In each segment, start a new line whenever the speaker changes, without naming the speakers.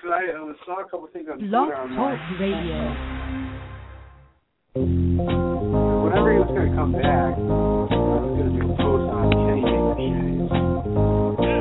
Cause I uh, saw a couple things on Twitter
Blog
online.
Talk Radio.
Whenever he was gonna come back, I was gonna do a post on Kenny Mancini.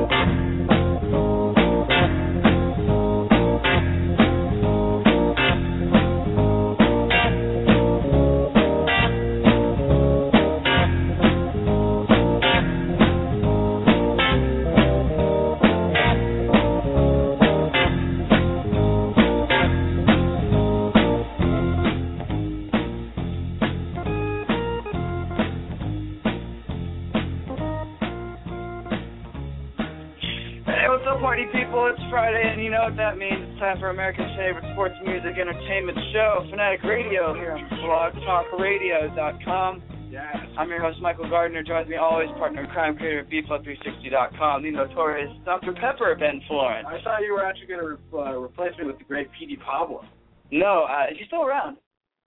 Hey, what's up, party people? It's Friday, and you know what that means. It's time for America's favorite sports, music, entertainment show, Fanatic Radio, here on blogtalkradio.com.
Yes.
I'm your host, Michael Gardner. Joins me always, partner and crime creator at BFLOW360.com, the notorious Dr. Pepper, Ben Florence.
I thought you were actually gonna re- uh, replace me with the great P.D. Pablo.
No, uh, he's still around.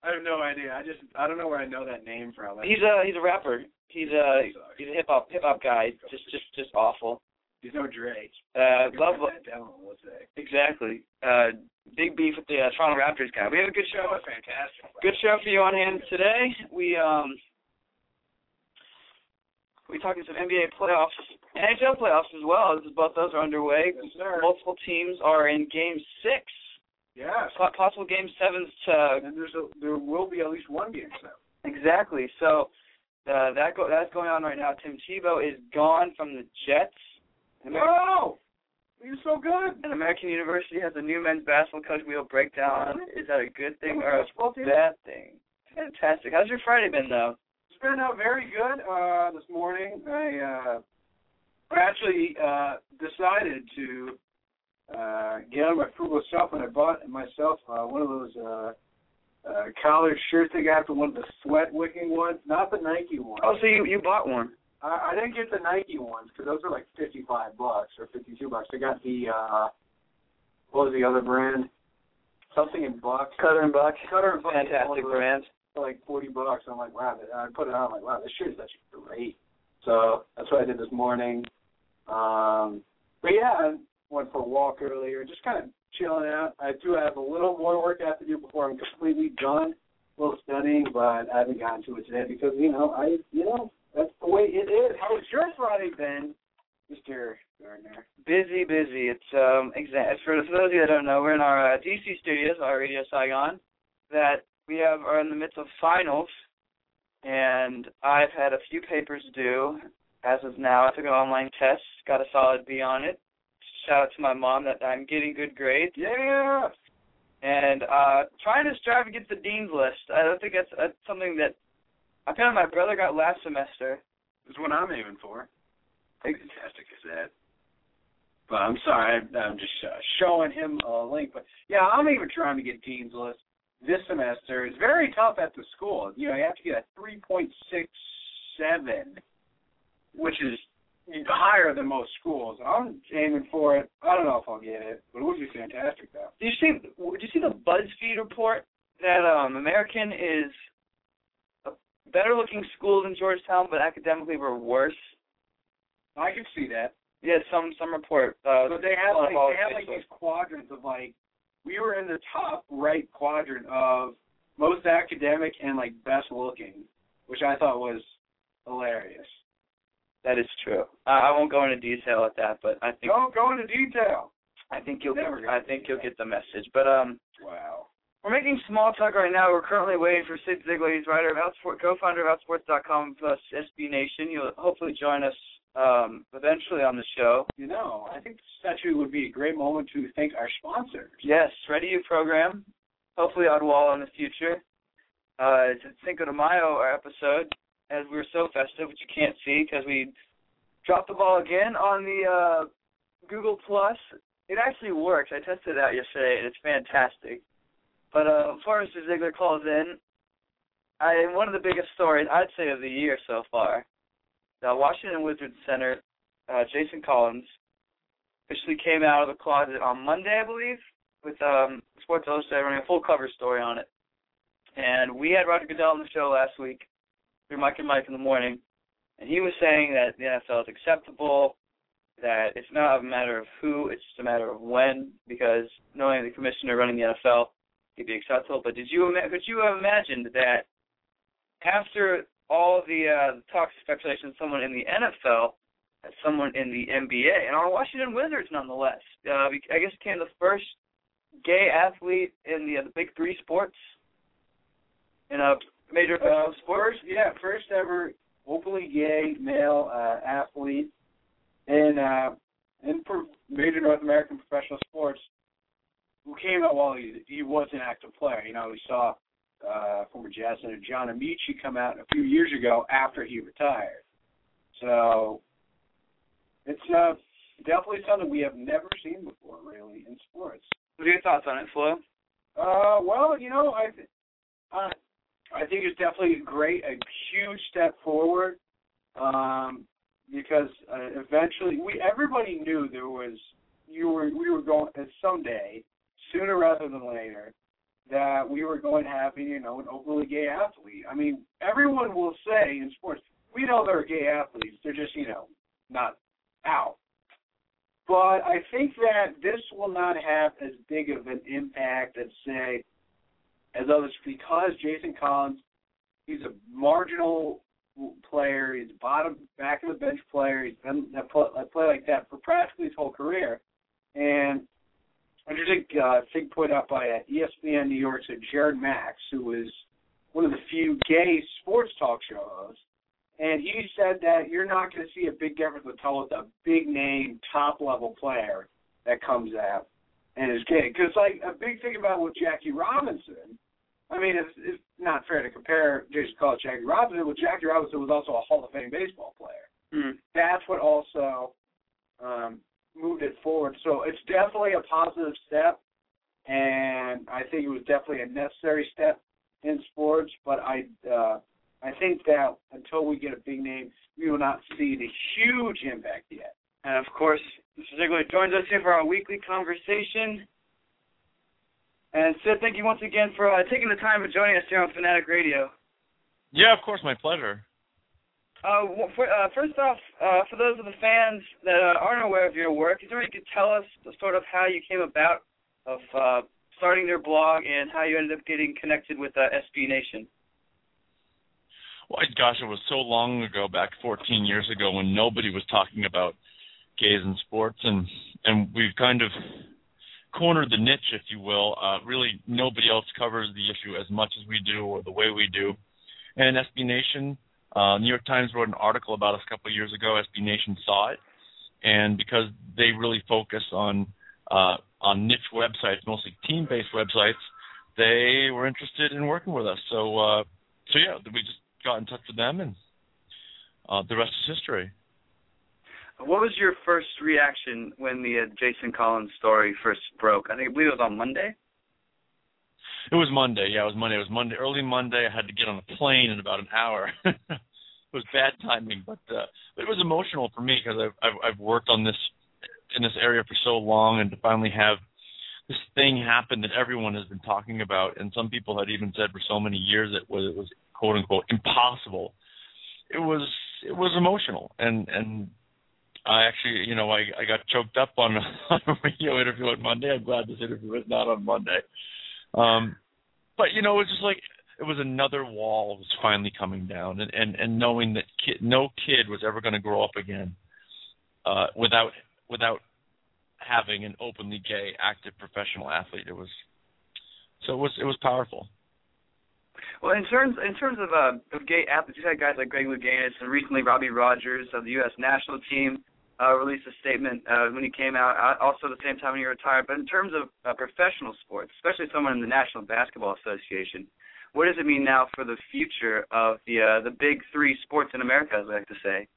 I have no idea. I just I don't know where I know that name from. I-
He's a he's a rapper. He's a
Sorry.
he's a hip hop hip hop guy. Just just just awful.
He's no Drake.
Uh, love
that down one sec.
exactly. Uh, big beef with the uh, Toronto Raptors guy. We have a good show.
That was fantastic.
good show for you on hand today. We um we talking some NBA playoffs, NHL playoffs as well. As both those are underway.
Yes, sir.
Multiple teams are in Game Six,
Yeah.
po- possible Game Sevens to
And there's a, there will be at least one game set.
exactly. So uh, that go, that's going on right now. Tim Tebow is gone from the Jets. An Amer-
Whoa! He was so good.
an American University has a new men's basketball coach. We'll break down. Is that a good thing or a
Basketball team.
bad thing? Fantastic. How's your Friday been though?
It's been uh, very good uh, this morning. I uh, actually uh, decided to uh, get on my frugal stuff, and I bought myself uh, one of those uh, uh, collared shirts they got for one of the sweat wicking ones, not the Nike one.
Oh, so you you bought one.
I, I didn't get the Nike ones because those are like fifty-five bucks or fifty-two bucks. I got the uh, what was the other brand? Something in bucks.
Cutter and Buck.
Cutter and Buck.
Fantastic brand.
for like forty bucks. I'm like, wow, I put it on. I'm like, wow, this shirt's actually great. So that's what I did this morning. Um, but yeah, I went for a walk earlier, just kind of chilling out. I do have a little more work I have to do before I'm completely done. A little studying, but I haven't gotten to it today because you know I, you know, that's the way it is. How was your Friday, Ben, Mister Gardner?
Busy, busy. It's um exa- for, for those of you that don't know, we're in our uh, DC studios, our Radio Saigon, that we have are in the midst of finals, and I've had a few papers due as of now. I took an online test, got a solid B on it. Shout out to my mom that I'm getting good grades
Yeah.
and uh trying to strive to get the dean's list. I don't think that's, that's something that I found my brother got last semester.
That's what I'm aiming for.
Ex-
Fantastic is that. But I'm sorry, I'm, I'm just uh, showing him a link. But yeah, I'm even trying to get Dean's List this semester. It's very tough at the school. You know, you have to get a 3.67, which is higher than most schools. I'm aiming for it. I don't know if I'll get it, but it would be fantastic though.
Did you see? Did you see the BuzzFeed report that um American is a better looking school than Georgetown, but academically we're worse?
I can see that.
Yeah, some some report. Uh,
But they have
all-
like
all
they have like
official.
these quadrants of like we were in the top right quadrant of most academic and like best looking, which I thought was hilarious.
that is true. I, I won't go into detail at that, but I think
Don't go into detail.
I think you'll get,
Never gonna
I think you'll get the message. But um,
Wow.
We're making small talk right now. We're currently waiting for Sid Ziegler. He's writer of Outsport, co-founder of Outsports.com plus SB Nation. He'll hopefully join us um, eventually on the show.
You know, I think this actually would be a great moment to thank our sponsors.
Yes, Ready You program. Hopefully Oddwall in the future. Uh, it's Cinco de Mayo, our episode, as we were so festive, which you can't see because we dropped the ball again on the uh, Google Plus. It actually works. I tested it out yesterday, and it's fantastic. But uh, before Mr. Ziegler calls in, I one of the biggest stories I'd say of the year so far. The Washington Wizards center, uh, Jason Collins, officially came out of the closet on Monday, I believe, with um Sports Illustrated running a full cover story on it. And we had Roger Goodell on the show last week through Mike and Mike in the morning, and he was saying that the NFL is acceptable. that it's not a matter of who, it's just a matter of when, because knowing the commissioner running the NFL could be acceptable. But did you ima- could you have imagined that after all the uh, toxic speculation, someone in the NFL, someone in the NBA, and our Washington Wizards, nonetheless, uh, be- I guess became the first gay athlete in the, uh, the big three sports in a major
Uh,
professional sport.
first, yeah, first ever openly gay male uh, athlete in uh, in pro- major North American professional sports who came out while he, he was an active player. You know, we saw uh, former Jazz center John Amici come out a few years ago after he retired. So it's uh, definitely something we have never seen before, really, in sports.
What are your thoughts on it, Flo?
Uh, well, you know, I, th- uh, I think it's definitely a great, a huge step forward, um, because uh, eventually we everybody knew there was you were we were going uh, someday sooner rather than later that we were going to have you know an openly gay athlete. I mean, everyone will say in sports we know there are gay athletes; they're just you know not out. But I think that this will not have as big of an impact as say as others because Jason Collins, he's a marginal player. He's bottom back of the bench player. He's been a play, a play like that for practically his whole career. And I just think uh, thing put out by uh, ESPN New York said Jared Max, who is one of the few gay sports talk show hosts, and he said that you're not going to see a big difference until with a big name, top level player that comes out and is gay. Because like a big thing about with Jackie Robinson, I mean, it's, it's not fair to compare Jason Collins to Jackie Robinson. Well, Jackie Robinson was also a Hall of Fame baseball player
Hmm.
that's what also um, moved it forward. So it's definitely a positive step, and I think it was definitely a necessary step in sports. But I uh, I think that until we get a big name, we will not see the huge impact yet.
And of course, Mr. Ziegler joins us here for our weekly conversation. And Sid, thank you once again for uh, taking the time for joining us here on Fanatic Radio.
Yeah, of course, my pleasure.
Uh, w- for, uh, first off, uh, for those of the fans that uh, aren't aware of your work, is there any you could tell us sort of how you came about of uh, starting your blog and how you ended up getting connected with uh, SB Nation?
Well, I- gosh, it was so long ago, back 14 years ago, when nobody was talking about gays in sports, and and we've kind of cornered the niche, if you will. Uh, really, nobody else covers the issue as much as we do, or the way we do. And SB Nation, uh, New York Times wrote an article about us a couple of years ago. SB Nation saw it, and because they really focus on uh, on niche websites, mostly team-based websites, they were interested in working with us. So. Uh, so yeah, we just got in touch with them, and uh, the rest is history.
What was your first reaction when the uh, Jason Collins story first broke? I think I believe it was on Monday.
It was Monday. Yeah, it was Monday. It was Monday, early Monday. I had to get on a plane in about an hour. it was bad timing, but uh, it was emotional for me because I've, I've I've worked on this in this area for so long, and to finally have this thing happen that everyone has been talking about, and some people had even said for so many years it was it was quote unquote impossible. It was it was emotional, and and I actually you know I I got choked up on, on a radio interview on Monday. I'm glad this interview is not on Monday. Um, but you know, it was just like it was another wall was finally coming down, and and and knowing that kid, no kid was ever going to grow up again uh, without without having an openly gay active professional athlete. It was so it was it was powerful.
Well, in terms in terms of uh, of gay athletes, you had guys like Greg Louganis and recently Robbie Rogers of the U.S. national team uh, released a statement uh, when he came out. uh, Also, at the same time when he retired. But in terms of uh, professional sports, especially someone in the National Basketball Association, what does it mean now for the future of the uh, the big three sports in America? As I like to say.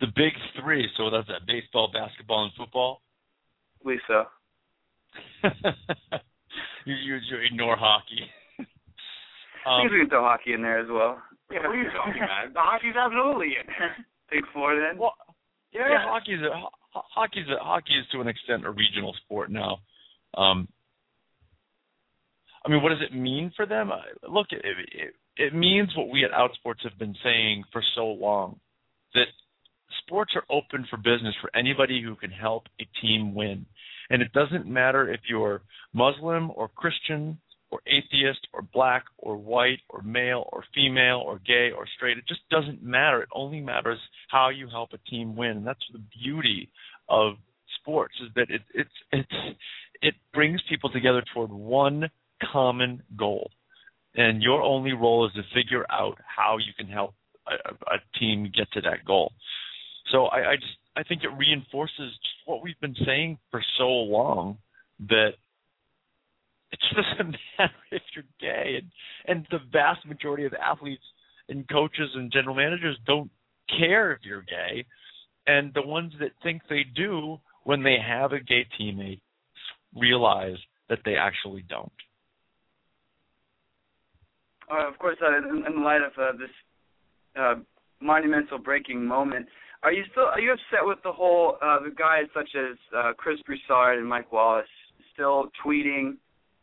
The big three. So that's that baseball, basketball, and football.
Lisa.
you, you you ignore hockey.
I
um,
think we can throw hockey in there as well.
Yeah, please don't, man. The hockey's absolutely in there.
Big four then.
well,
Yeah.
yeah, hockey's a ho- hockey's a hockey is to an extent a regional sport now. Um, I mean, what does it mean for them? I- Look, it, it it means what we at Outsports have been saying for so long that sports are open for business for anybody who can help a team win. And it doesn't matter if you're Muslim or Christian or atheist or black or white or male or female or gay or straight. It just doesn't matter. It only matters how you help a team win. And that's the beauty of sports is that it it's it's it brings people together toward one common goal. And your only role is to figure out how you can help a, a team get to that goal. So I, I just I think it reinforces just what we've been saying for so long that it doesn't matter if you're gay and and the vast majority of athletes and coaches and general managers don't care if you're gay and the ones that think they do when they have a gay teammate realize that they actually don't
uh, of course uh, in, in light of uh, this uh, monumental breaking moment are you still are you upset with the whole uh, the guys such as uh, Chris Broussard and Mike Wallace still tweeting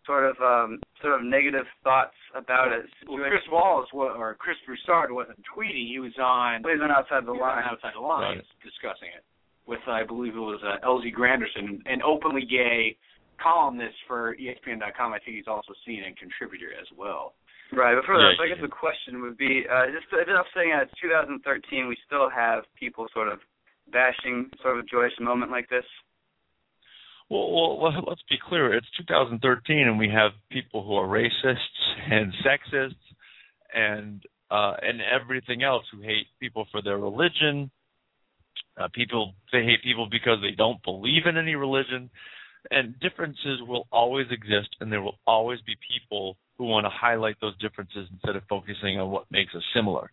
sort of um sort of negative thoughts about it.
Well, Chris Wallace was, or Chris Broussard wasn't tweeting. He was on.
He was on outside the line.
Outside the line,
Right.
discussing it with I believe it was uh, LZ Granderson, an openly gay columnist for E ESPN.com. I think he's also CNN contributor as well.
Right. But for
Yeah,
that, I
yeah.
guess the question would be, uh, just is it upsetting that it's 2013 we still have people sort of bashing sort of a joyous moment like this?
Well, well, let- let's be clear. It's 2013, and we have people who are racists and sexists and uh, and everything else who hate people for their religion. Uh, people they hate people because they don't believe in any religion, and differences will always exist, and there will always be people who want to highlight those differences instead of focusing on what makes us similar.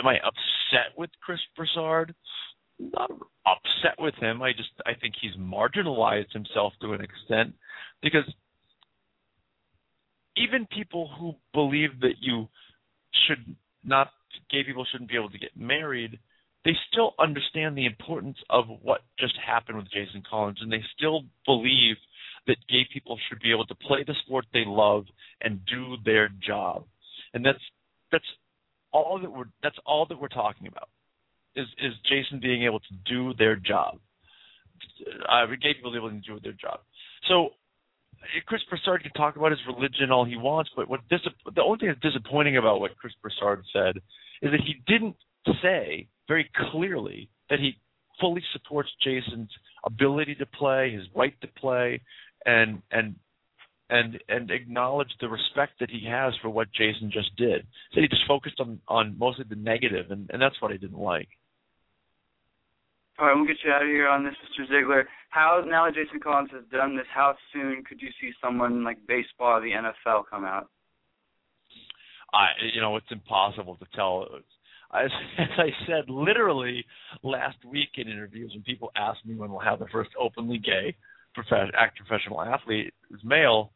Am I upset with Chris Broussard? not upset with him. I just I think he's marginalized himself to an extent because even people who believe that you should not gay people shouldn't be able to get married, they still understand the importance of what just happened with Jason Collins and they still believe that gay people should be able to play the sport they love and do their job. And that's that's all that we're that's all that we're talking about is is Jason being able to do their job. Uh, gay people able to do their job. So eh, Chris Broussard can talk about his religion all he wants, but what dis- the only thing that's disappointing about what Chris Broussard said is that he didn't say very clearly that he fully supports Jason's ability to play, his right to play, and and and and acknowledge the respect that he has for what Jason just did. So he just focused on on mostly the negative, and, and that's what I didn't like.
All right, we'll get you out of here on this, Mr. Ziegler. How now that Jason Collins has done this, how soon could you see someone like baseball or the NFL come out?
I you know it's impossible to tell. As, as I said, literally last week in interviews, when people asked me when we'll have the first openly gay profession, act professional athlete who's male,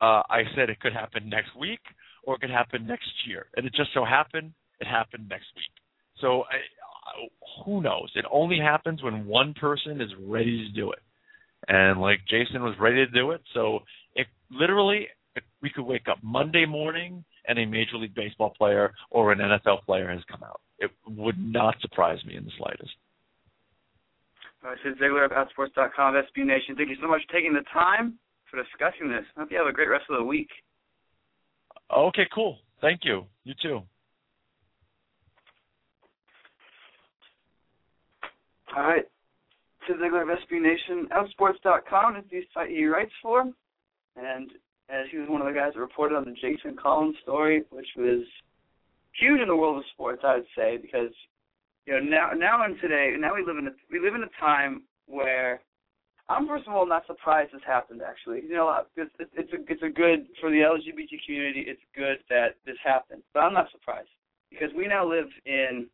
uh, I said it could happen next week or it could happen next year, and it just so happened it happened next week. So I, I, who knows? It only happens when one person is ready to do it, and like Jason was ready to do it, so it literally we could wake up Monday morning and a Major League Baseball player or an NFL player has come out. It would not surprise me in the slightest.
All right, Sid Ziegler of Outsports.com, SB Nation. Thank you so much for taking the time for discussing this. I hope you have a great rest of the week.
Okay, cool. Thank you. You too.
All right. To Ziggler of SB Nation, Outsports.com is the site he writes for. And as he was one of the guys that reported on the Jason Collins story, which was huge in the world of sports, I'd say, because you know now now and today now we live in a we live in a time where I'm first of all not surprised this happened. Actually, you know it's it's, it's a it's a good for the LGBT community. It's good that this happened, but I'm not surprised because we now live in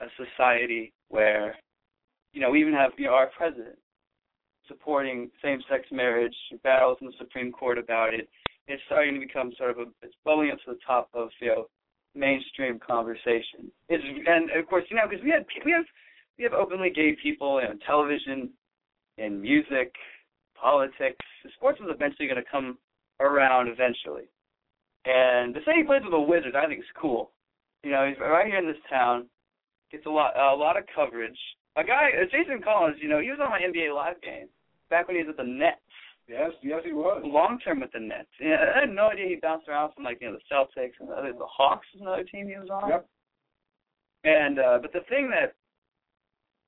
a society where you know, we even have you know, our president supporting same-sex marriage, battles in the Supreme Court about it. It's starting to become sort of a, it's bubbling up to the top of you know, mainstream conversation. It's and of course you know because we had we have we have openly gay people in television, in music, politics. Sports is eventually going to come around eventually. And the same plays with the Wizards, I think is cool. You know, he's right here in this town Gets a lot a lot of coverage. A guy, uh, Jason Collins, you know, he was on my NBA Live game back when he was with the Nets,
Yes, yes, he was.
long term with the Nets. Yeah, I had no idea he bounced around from like you know the Celtics and the, other, the Hawks was another team he was on.
Yep.
And uh but the thing that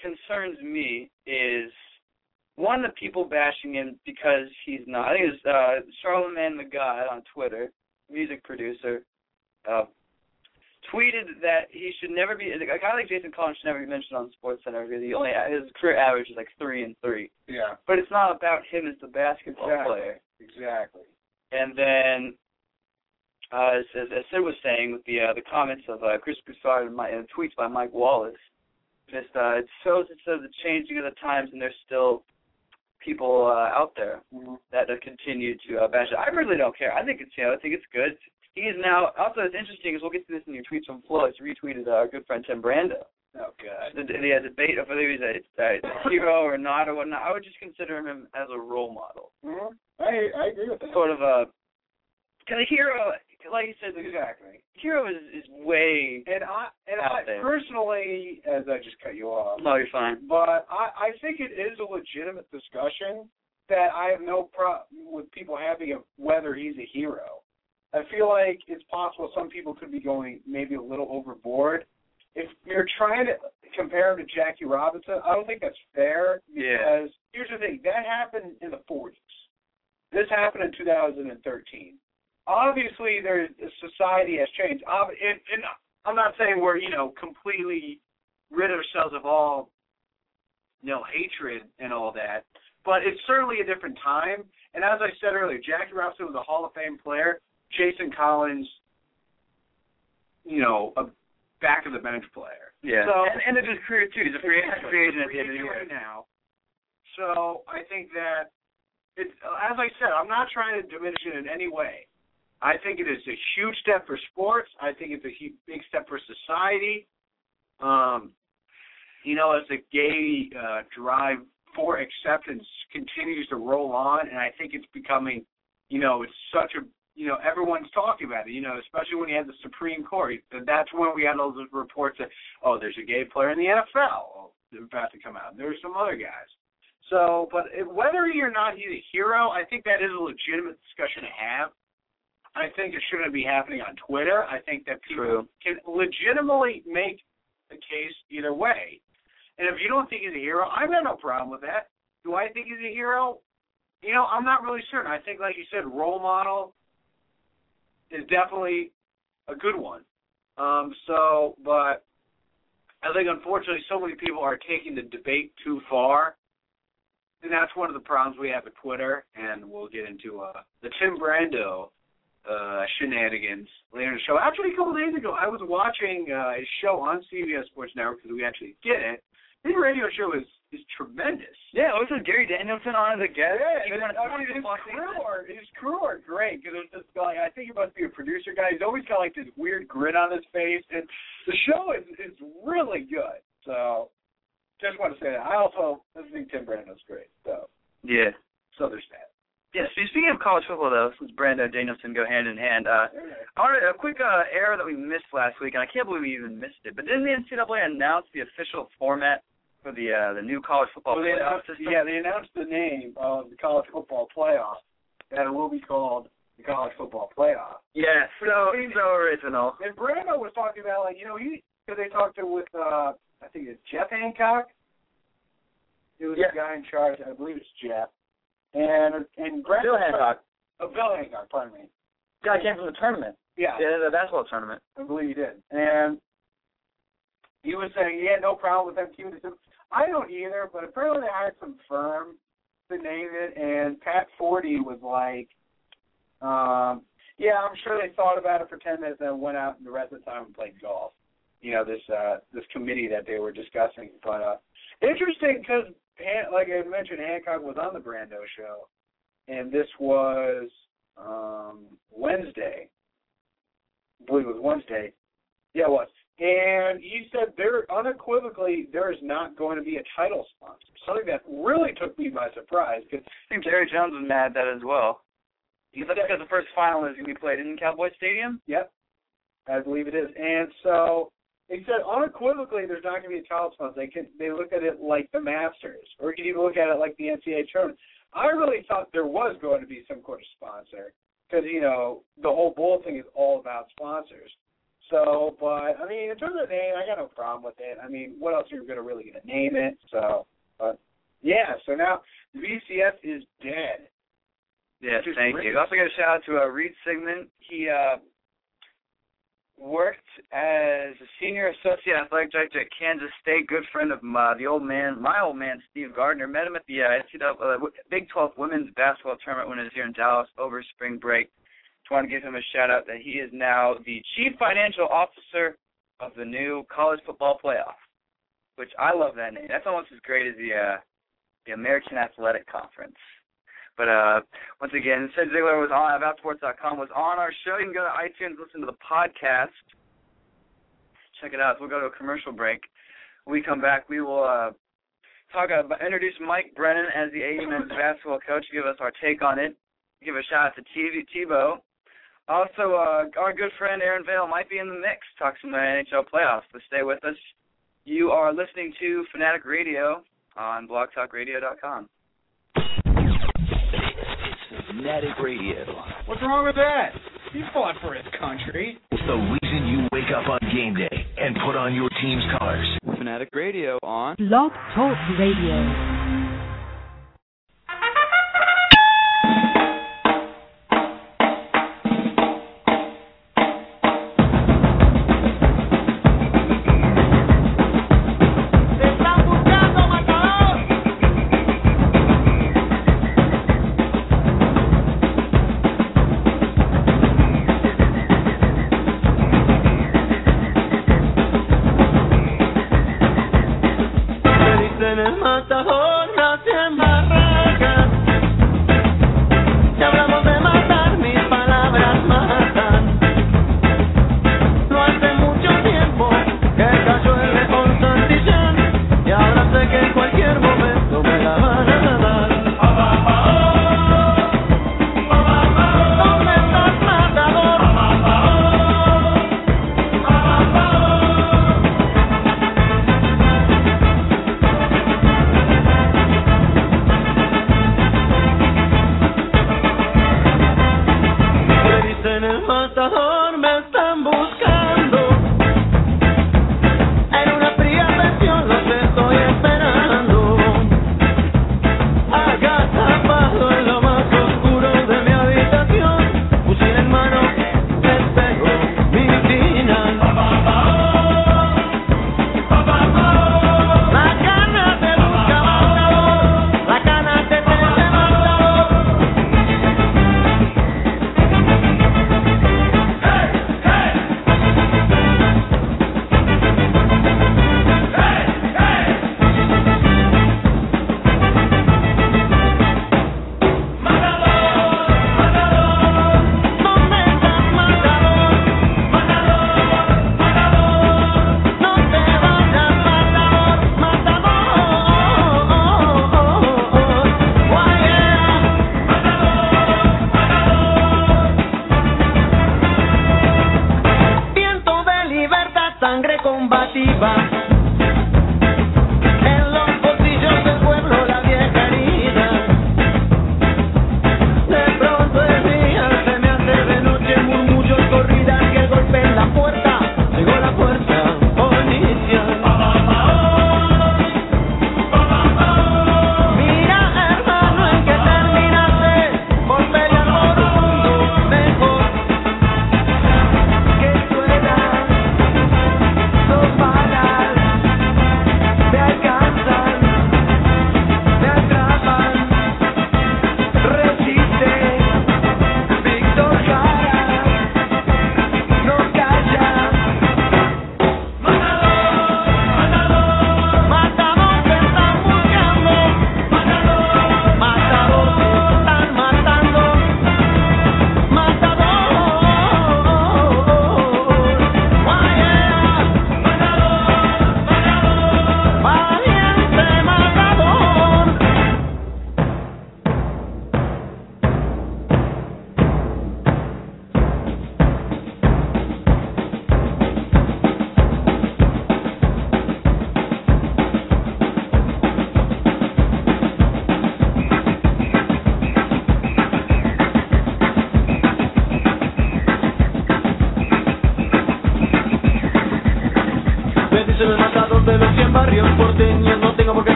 concerns me is one the people bashing him because he's not. I think it was uh Charlemagne the God on Twitter, music producer, uh tweeted that he should never be a guy like Jason Collins should never be mentioned on Sports Center because he only his career average is like three and three.
Yeah,
But it's not about him as the basketball
Exactly.
player.
exactly.
And then, uh, as, as, as Sid was saying, with the uh, the comments of uh, Chris Broussard and my, and tweets by Mike Wallace, just uh, it shows it's sort of the changing of the times, and there's still people uh, out there
Mm-hmm.
that uh, continue to uh, bash it. I really don't care. I think it's you know, I think it's good. He is now also it's interesting is we'll get to this in your tweets from Flo. It's retweeted uh, our good friend Tim Brando. Uh,
Oh God.
The, the, the debate of whether he's a, a hero or not or whatnot. I would just consider him as a role model
hmm I I agree with that.
sort of a because a hero, like you said, the
Exactly.
hero is is way.
And I and
Out
I
there.
personally, as I just cut you off,
No, you're fine.
but I I think it is a legitimate discussion that I have no problem with people having of whether he's a hero. I feel like it's possible some people could be going maybe a little overboard. If you're trying to compare him to Jackie Robinson, I don't think that's fair
Yeah.
because here's the thing that happened in the 40s. This happened in 2013. Obviously, there's society has changed. Ob- And, and I'm not saying we're you know completely rid ourselves of all you know hatred and all that, but it's certainly a different time. And as I said earlier, Jackie Robinson was a Hall of Fame player. Jason Collins, you know, a back of the bench player.
Yeah.
So-
and, and it's his career too. He's a free,
Exactly.
free agent at the end of the
Free
year.
agent now. So I think that it's as I said, I'm not trying to diminish it in any way. I think it is a huge step for sports. I think it's a huge, big step for society. Um, you know, as the gay uh, drive for acceptance continues to roll on, and I think it's becoming, you know, it's such a, you know, everyone's talking about it. You know, especially when you had the Supreme Court. That's when we had all those reports that oh, there's a gay player in the NFL. Oh, They're about to come out. There's some other guys. So, but it- whether you're not he's a hero, I think that is a legitimate discussion to have. I think it shouldn't be happening on Twitter. I think that people
True.
can legitimately make the case either way. And if you don't think he's a hero, I've got no problem with that. Do I think he's a hero? You know, I'm not really certain. I think, like you said, role model is definitely a good one. Um, so, but I think unfortunately so many people are taking the debate too far, and that's one of the problems we have with Twitter. And we'll get into uh, the Tim Brando uh, shenanigans later in the show. Actually, a couple days ago, I was watching uh, his show on CBS Sports Network because we actually get it. His radio show is is tremendous.
Yeah. Also, Gary Danielson on as a guest.
Yeah,
Even
and
when
I mean,
it's
his
Fox
crew are his crew are great because it's just like I think he must be a producer guy. He's always got like this weird grin on his face, and the show is is really good. So just want to say that. I also I think Tim Brandon's great. So
Yeah.
so there's that.
Yeah. So speaking of college football, though, since Brando and Danielson go hand in hand, uh, I want to, a quick uh, error that we missed last week, and I can't believe we even missed it. But didn't the NCAA announce the official format for the uh, the new college football
Well, they
playoff
announced,
system?
yeah, they announced the name of the college football playoff that it will be called the college football playoff.
Yeah. So so original.
And Brando was talking about like you know he because they talked to with uh I think it's Jeff Hancock. It was
Yeah.
the guy in charge. I believe it's Jeff. And and Brando
Bill Hancock.
Oh, Bill Hancock. Pardon me.
Guy came from the tournament.
Yeah,
Yeah, the basketball tournament.
I believe he did. And he was saying he had no problem with them keeping it. simple. I don't either, but apparently they hired some firm to name it, and Pat Forty was like, um, "Yeah, I'm sure they thought about it for ten minutes, and went out the rest of the time and played golf." You know this uh, this committee that they were discussing, but uh, interesting because Han- like I mentioned, Hancock was on the Brando show, and this was um, Wednesday. I believe it was Wednesday. Yeah, it was. And he said there unequivocally there is not going to be a title sponsor. Something that really took me by surprise because
I think Jerry Jones was mad at that as well. Is that because the first final is going to be played in Cowboy Stadium?
Yep, I believe it is. And so It said unequivocally there's not going to be a college fund. They can they look at it like the Masters, or you can even look at it like the NCAA tournament. I really thought there was going to be some sort of sponsor because you know the whole bowl thing is all about sponsors. So, but I mean, in terms of the name, I got no problem with it. I mean, what else are you going to really going to name it? So, but yeah. So now VCF is dead.
Yes,
Just
thank
great.
you. Also, got a shout out to uh, Reed Sigmund. He uh, worked as a senior associate athletic director at Kansas State. Good friend of my, the old man, my old man Steve Gardner. Met him at the uh, NCAA, uh, Big 12 women's basketball tournament when it was here in Dallas over spring break. Just want to give him a shout out that he is now the chief financial officer of the new college football playoff, which I love that name. That's almost as great as the uh, the American Athletic Conference. But uh, once again, Sid Ziegler was on aboutsports.com was on our show. You can go to iTunes, listen to the podcast, check it out. We'll go to a commercial break. When we come back, we will uh, talk about introduce Mike Brennan as the AU men's basketball coach. Give us our take on it. Give a shout out to TV Tebow. Also, uh, our good friend Aaron Vale might be in the mix. Talk some NHL playoffs. So stay with us. You are listening to Fanatic Radio on BlogTalkRadio.com.
Fanatic Radio.
What's wrong with that? He fought for his country.
It's the reason you wake up on game day and put on your team's colors.
Fanatic Radio on
Blog Talk Radio.
Dicen el matador.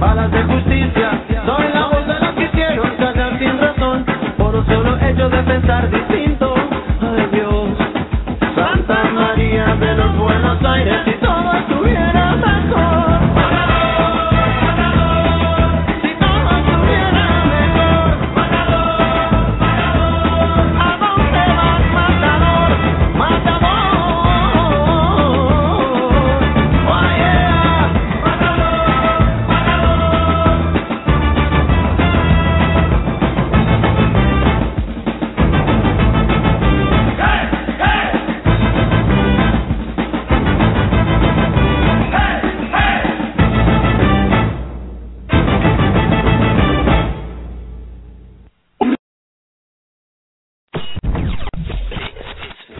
balas de justicia. Soy la voz de los que quiero callar sin razón por un solo hecho de pensar distinto. Ay Dios, Santa María de los Buenos Aires, si todo estuviera mejor. Si todo estuviera mejor. ¿A dónde vas, matador? Matador. Oh, yeah.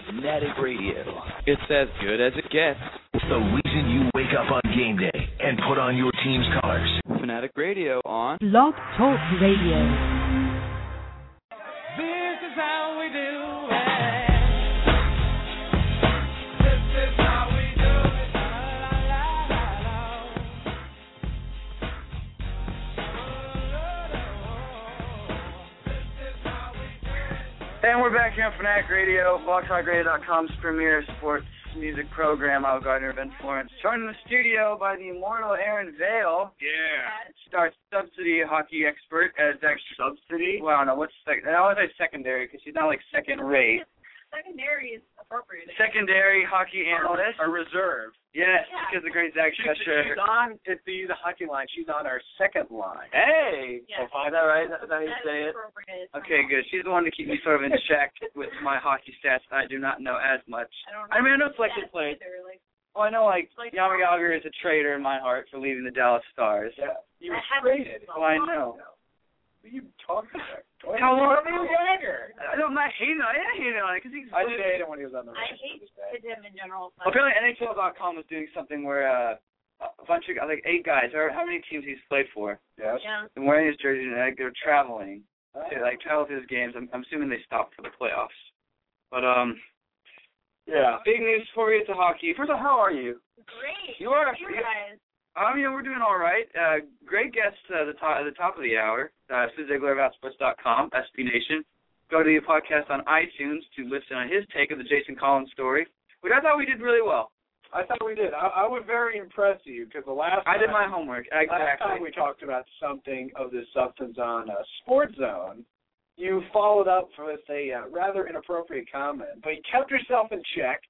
Fanatic Radio.
It's as good as it gets.
The reason you wake up on game day and put on your team's colors.
Fanatic Radio on.
Blog Talk Radio.
And we're back here on Fanatic Radio, BlockTalkRadio.com's premier sports music program. I'm Gardner Ben Florence. Joined in the studio by the immortal Aaron Vale,
Yeah.
our subsidy hockey expert, as actually
Subsidy.
well, no, what's second? I always say secondary because she's not like second rate.
Secondary is appropriate.
Secondary hockey analyst.
Our reserve.
Yes,
Yeah.
because the great Zach
She's,
Cheshire.
she's on at the, the hockey line. She's on our second line.
Hey,
Yes.
is that right? Is that Oh, how you
That is
say it?
appropriate.
Okay, good. She's the one to keep me sort of in check with my hockey stats. I do not know as much.
I don't.
I mean, I know it's like
that
they played.
either, like,
Well, I know like
Like-
Yama Gallagher is a traitor in my heart for leaving the Dallas Stars.
Yeah. You
I
were
haven't
traded.
seen
What
Oh, I know.
are you talking about? Dwight-
How long-
Dwight Gallagher.
I'm not hating on it. I didn't hate on it because he's.
I did hate him when he was on the
I
Rangers.
hate
It was bad.
him in general. but-
Apparently, NHL.com was doing something where uh, a bunch of like eight guys, or how many teams he's played for,
Yes.
Yeah.
and wearing his jersey and like, they're traveling. They, like travel to his games. I'm, I'm assuming they stopped for the playoffs. But um,
Yeah.
big news before we get to hockey. First of all, how are you?
Great.
You are.
You guys.
Um, yeah, we're doing all right. Uh, great guest uh, the top, at the top of the hour. Uh, Sid Ziegler of Outsports.com, SB Nation. Go to the podcast on iTunes to listen on his take of the Jason Collins story, which I thought we did really well.
I thought we did. I, I was very impressed with you because the last
I did
time-
my homework.
Last time
Exactly.
we talked about something of this substance on uh, Sports Zone, you followed up with a uh, rather inappropriate comment, but you kept yourself in check.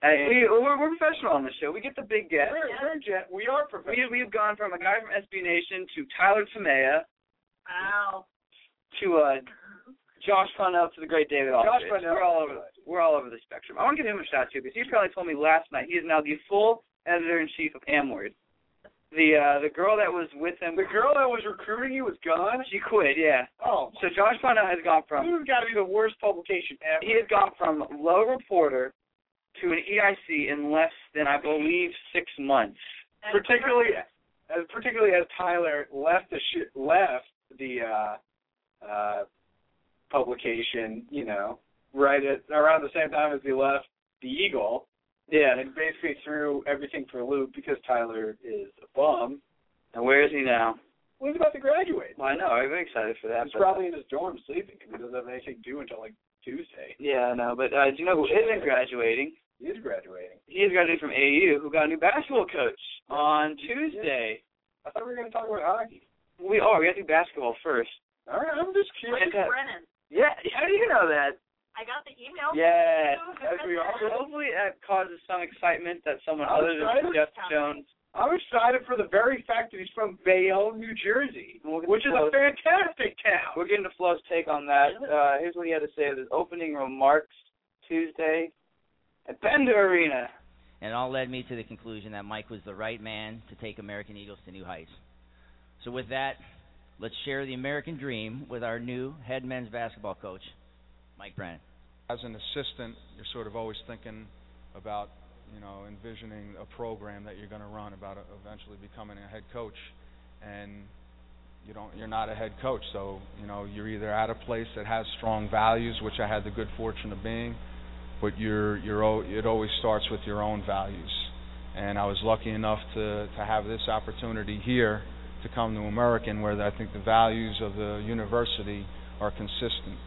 Hey, we, we're, we're professional on the show. We get the big guests.
We're, we're gen- we are professional.
We, we've gone from a guy from SB Nation to Tyler Tamea
Wow.
to uh, Josh Funnell to the great David Aldridge.
Josh Funnell.
We're all over. We're all over the spectrum. I want to give him a shout too because he probably told me last night he is now the full editor in chief of Amword. The uh, the girl that was with him,
The girl that was recruiting you was gone.
she quit. Yeah.
Oh,
So Josh Funnell has gone
this
from
has got to be the worst publication ever.
he has gone from low reporter to an EIC in less than I believe six months.
That's
particularly
perfect.
as particularly as Tyler left the sh- left the uh uh publication, you know, right at around the same time as he left the Eagle
Yeah.
and basically threw everything for a loop because Tyler is a bum.
And where is he now?
Well, he's about to graduate.
Well, I know. I'm very excited for that.
He's
but-
probably in his dorm sleeping because he doesn't have anything to do until like Tuesday.
Yeah, I know. But uh, do you know who isn't graduating?
He is graduating.
He is graduating from AU, who got a new basketball coach on Tuesday.
I thought we were going to talk about hockey.
We are. We have to do basketball first.
All right, I'm just curious.
And, uh,
Brennan.
yeah. How do you know that?
I got the email.
Yes.
As we are.
Hopefully that causes some excitement that someone
I was
other
trying
than
to-
Jeff Jones.
I'm excited for the very fact that he's from Bayonne, New Jersey,
We'll get
which
to
is
Flo's-
a fantastic town.
We're getting to Flo's take on that. Uh, here's what he had to say at his opening remarks Tuesday at Bender Arena.
and it all led me to the conclusion that Mike was the right man to take American Eagles to new heights. So with that, let's share the American dream with our new head men's basketball coach, Mike Brennan.
as an assistant, you're sort of always thinking about, you know, envisioning a program that you're going to run, about uh, eventually becoming a head coach, and you don't, you're not a head coach, so you know you're either at a place that has strong values, which I had the good fortune of being, but you're, you're, al- it always starts with your own values, and I was lucky enough to, to have this opportunity here to come to American, where I think the values of the university are consistent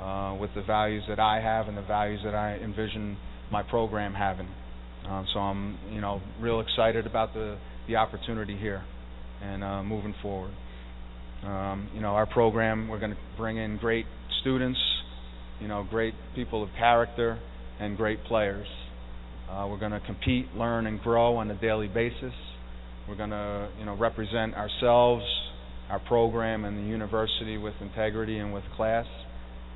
uh, with the values that I have and the values that I envision my program having. Um, so I'm, you know, real excited about the the opportunity here and uh, moving forward. Um, you know, our program, we're going to bring in great students, you know, great people of character, and great players. Uh, we're going to compete, learn, and grow on a daily basis. We're going to, you know, represent ourselves, our program, and the university with integrity and with class.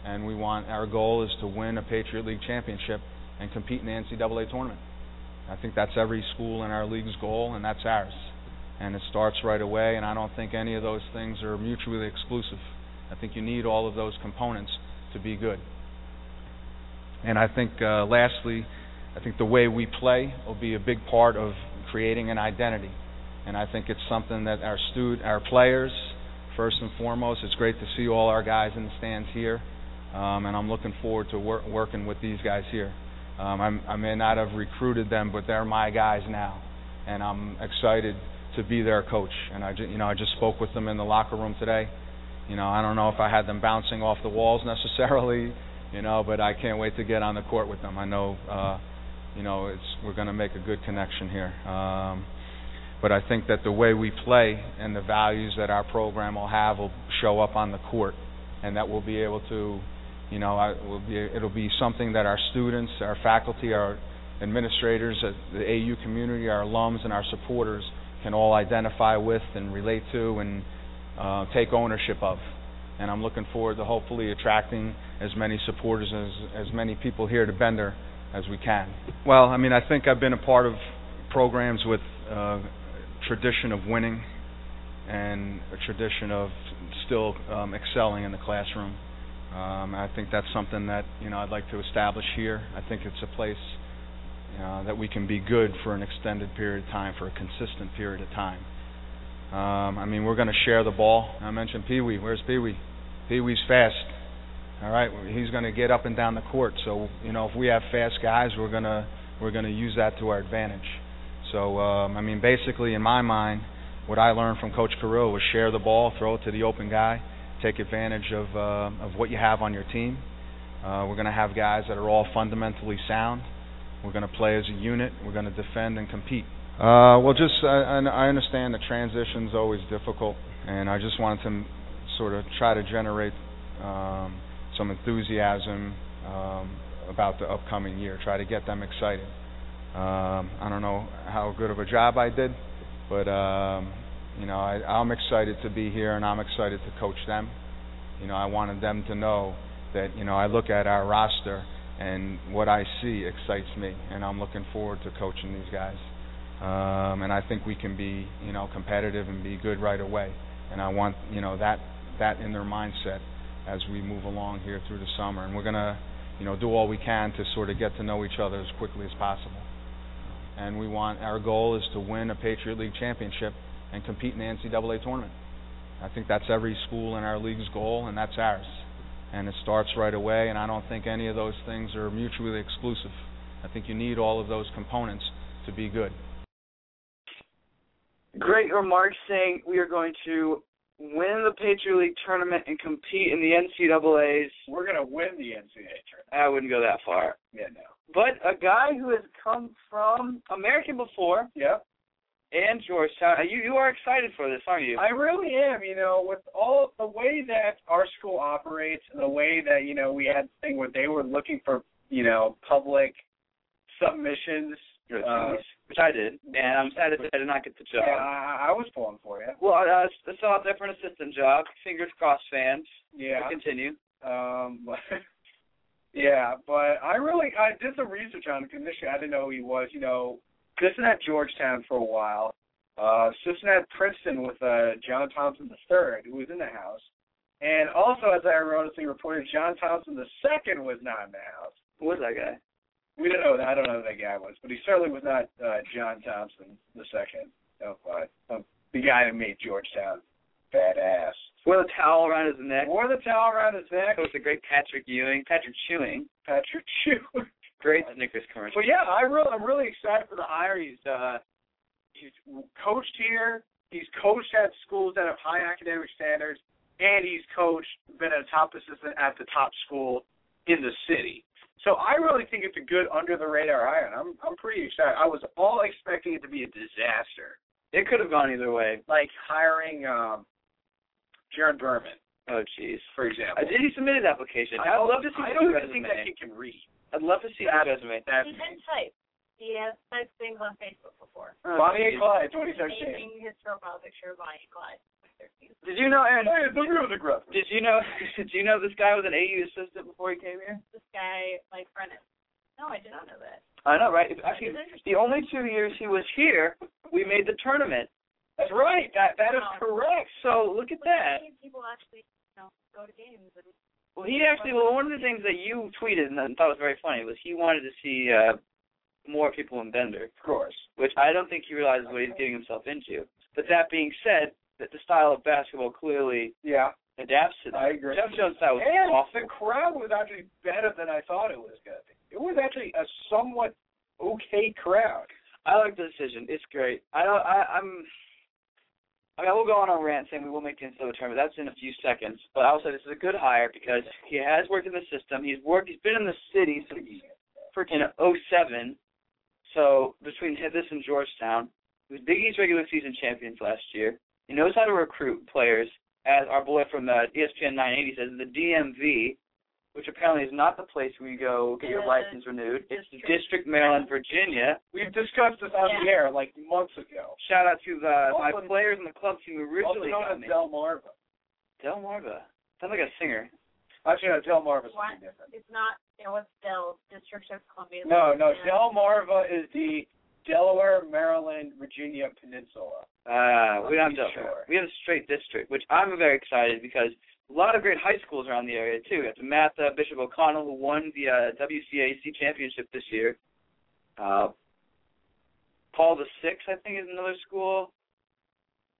And we want our goal is to win a Patriot League championship and compete in the NCAA tournament. I think that's every school in our league's goal, and that's ours. And it starts right away, and I don't think any of those things are mutually exclusive. I think you need all of those components to be good. And I think, uh, lastly, I think the way we play will be a big part of creating an identity. And I think it's something that our stud- our players, first and foremost, it's great to see all our guys in the stands here. Um, and I'm looking forward to wor- working with these guys here. Um, I'm, I may not have recruited them, but they're my guys now, and I'm excited to be their coach. And I, ju- you know, I just spoke with them in the locker room today. You know, I don't know if I had them bouncing off the walls necessarily, you know, but I can't wait to get on the court with them. I know, uh, you know, it's we're going to make a good connection here. Um, but I think that the way we play and the values that our program will have will show up on the court, and that we'll be able to, you know, I, will be, it'll be something that our students, our faculty, our administrators, uh, the AU community, our alums, and our supporters can all identify with and relate to and uh, take ownership of. And I'm looking forward to hopefully attracting as many supporters as as many people here to Bender as we can. Well, I mean, I think I've been a part of programs with uh, tradition of winning and a tradition of still um, excelling in the classroom. Um, I think that's something that you know I'd like to establish here. I think it's a place uh, that we can be good for an extended period of time, for a consistent period of time. Um, I mean, we're going to share the ball. I mentioned Pee Wee. Where's Pee Wee? Pee Wee's fast. All right, he's going to get up and down the court. So you know, if we have fast guys, we're gonna we're gonna use that to our advantage. So um, I mean, basically, in my mind, what I learned from Coach Carew was share the ball, throw it to the open guy, take advantage of uh, of what you have on your team. Uh, we're gonna have guys that are all fundamentally sound. We're gonna play as a unit. We're gonna defend and compete. Uh, well, just I, I I understand the transition's always difficult, and I just wanted to m- sort of try to generate um, some enthusiasm um, about the upcoming year. Try to get them excited. Um, I don't know how good of a job I did, but um, you know I, I'm excited to be here, and I'm excited to coach them. You know I wanted them to know that you know I look at our roster, and what I see excites me, and I'm looking forward to coaching these guys. Um, and I think we can be you know competitive and be good right away. And I want you know that that in their mindset as we move along here through the summer. And we're gonna you know do all we can to sort of get to know each other as quickly as possible. And we want our goal is to win a Patriot League championship and compete in the NCAA tournament. I think that's every school in our league's goal, and that's ours. And it starts right away, and I don't think any of those things are mutually exclusive. I think you need all of those components to be good.
Great remarks saying we are going to win the Patriot League tournament and compete in the NCAA's.
We're gonna win the NCAA tournament.
I wouldn't go that far.
Yeah, no.
But a guy who has come from American before
Yeah.
and Georgetown, you you are excited for this, aren't you?
I really am, you know, with all the way that our school operates and the way that, you know, we had the thing where they were looking for, you know, public submissions.
Good.
Uh,
Which I did, and I'm sad that I did not get the job.
yeah, I, I was pulling for you.
Well, uh, I, I still out there for an assistant job. Fingers crossed, fans.
Yeah.
Continue.
Um, yeah, but I really I did some research on him because initially I didn't know who he was. You know, Sisson at Georgetown for a while. Uh, Sisson at Princeton with uh, John Thompson III, who was in the house. And also, as I erroneously reported, John Thompson II was not in the house.
Who was that guy?
We don't know. I don't know who that guy was, but he certainly was not uh, John Thompson II. No, uh, the guy that made Georgetown badass.
Wore the towel around his neck.
Wore the towel around his neck.
It was the great Patrick Ewing, Patrick Chewing.
Patrick Chu.
Great Snickers commercial.
But yeah, I really, I'm really excited for the hire. He's uh, he's coached here. He's coached at schools that have high academic standards, and he's coached, been a top assistant at the top school in the city. So I really think it's a good under the radar hire, and I'm I'm pretty excited. I was all expecting it to be a disaster.
It could have gone either way.
Like hiring um Jaron Berman,
Oh jeez.
for example.
I did he submit an application.
I-
I'd love to see
I
his
don't even
resume.
think that kid can read.
I'd love to see his
That-
resume.
That
He can type. He has typed things on Facebook before.
Bonnie and Clyde,
He's
2013.
making his profile picture Bonnie and Clyde.
Did you know Aaron
Hey, it's a real digress.
did you know did you know this guy was an AU assistant before he came here?
This guy, like Brennan. No, I did not know that.
I know, right?
That
Actually
is interesting.
the only two years he was here we made the tournament.
That's right. That that is correct.
So look at that.
Like, People actually, you know, go to games and
Well, he actually. Well, one of the things that you tweeted and I thought was very funny was he wanted to see uh more people in Bender,
Of course.
which I don't think he realizes what he's getting himself into. But that being said, that the style of basketball clearly
Yeah.
adapts to that.
I agree.
Jeff Jones' style was
and
awful.
the crowd was actually better than I thought it was going to be. It was actually a somewhat okay crowd.
I like the decision. It's great. I don't. I, I'm. I mean, I will go on a rant saying we will make the NCAA tournament. That's in a few seconds. But I will say this is a good hire because he has worked in the system. He's worked. He's been in the city since freaking '07. So between him- this and Georgetown, he was Big East regular season champions last year. He knows how to recruit players. As our boy from uh, ESPN 980 says, the DMV, which apparently is not the place where you go get your
Yeah.
license renewed. It's the
District.
District, Maryland, Virginia.
We've discussed this on the
Yeah.
air like months ago.
Shout out to the my
Also-
players in the club who originally
also known
got me.
as Delmarva.
Del Marva. Sounds like a singer.
Actually, no, Delmarva's
What?
something different.
it's not. It was Dell District of Columbia.
No, no,
Yeah.
Delmarva is the Delaware, Maryland, Virginia Peninsula.
Uh, we don't have
Lucky
Del
Shore.
We have a straight district, which I'm very excited because a lot of great high schools around the area too. We have Matha, Bishop O'Connell, who won the uh, WCAC championship this year. Uh, Paul the Sixth, I think, is another school.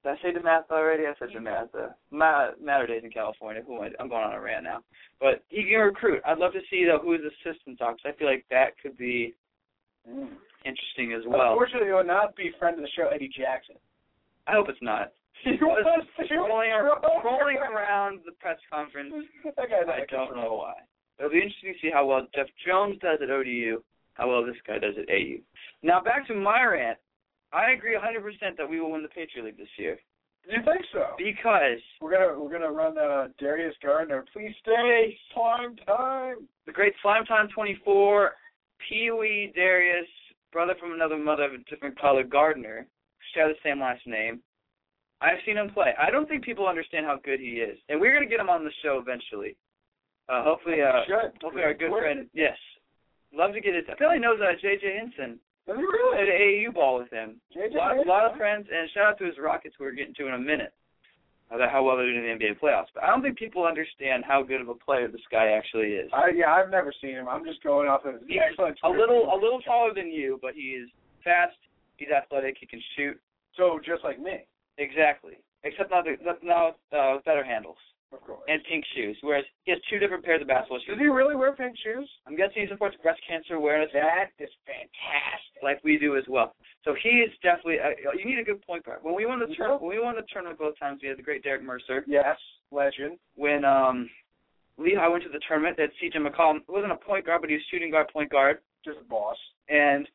Did I say DeMatha already? I said DeMatha. Ma- Matter Days in California. Who am I? I'm going on a rant now. But he can recruit. I'd love to see though who his assistants are because I feel like that could be interesting as Mm, well.
Unfortunately, it will not be friend of the show Eddie Jackson.
I hope it's not.
He was- he was
Rolling, ar-
drunk.
rolling around the press conference.
That guy's out
I
of
don't
control.
know why. It'll be interesting to see how well Jeff Jones does at ODU, how well this guy does at AU. Now back to my rant. I agree 100% that we will win the Patriot League this year
Do you think so?
because
We're gonna we're gonna run uh, Darius Gardner. Please stay. Time, time.
the great Slime Time 24, Pee Wee Darius, brother from another mother of a different color, Gardner, share the same last name. I've seen him play. I don't think people understand how good he is, and we're gonna get him on the show eventually. Uh, hopefully, uh,
Should.
hopefully our good friend, yes, love to get it. I feel he knows uh, JJ Henson.
Does he
I
really?
Played AAU ball with him.
JJ
A lot, a lot of
Henson?
friends, and shout out to his Rockets, who we're getting to in a minute, about how well they're doing in the NBA playoffs. But I don't think people understand how good of a player this guy actually is.
I yeah, I've never seen him. I'm just going off of his
He's
excellent.
a
career.
little a little taller than you, but he's fast. He's athletic. He can shoot.
So just like me,
Exactly. Except now the- the- now uh, with better handles
of course.
and pink shoes. Whereas he has two different pairs of basketball
Does
shoes.
he really wear pink shoes?
I'm guessing he supports breast cancer awareness
That is fantastic.
like we do as well. So he is definitely. Uh, you need a good point guard. When we won the turn, when we won the tournament both times, we had the great Derek Mercer.
Yes, legend.
When um, Lehigh went to the tournament, that C.J. McCollum wasn't a point guard, but he was shooting guard, point guard.
Just a boss.
and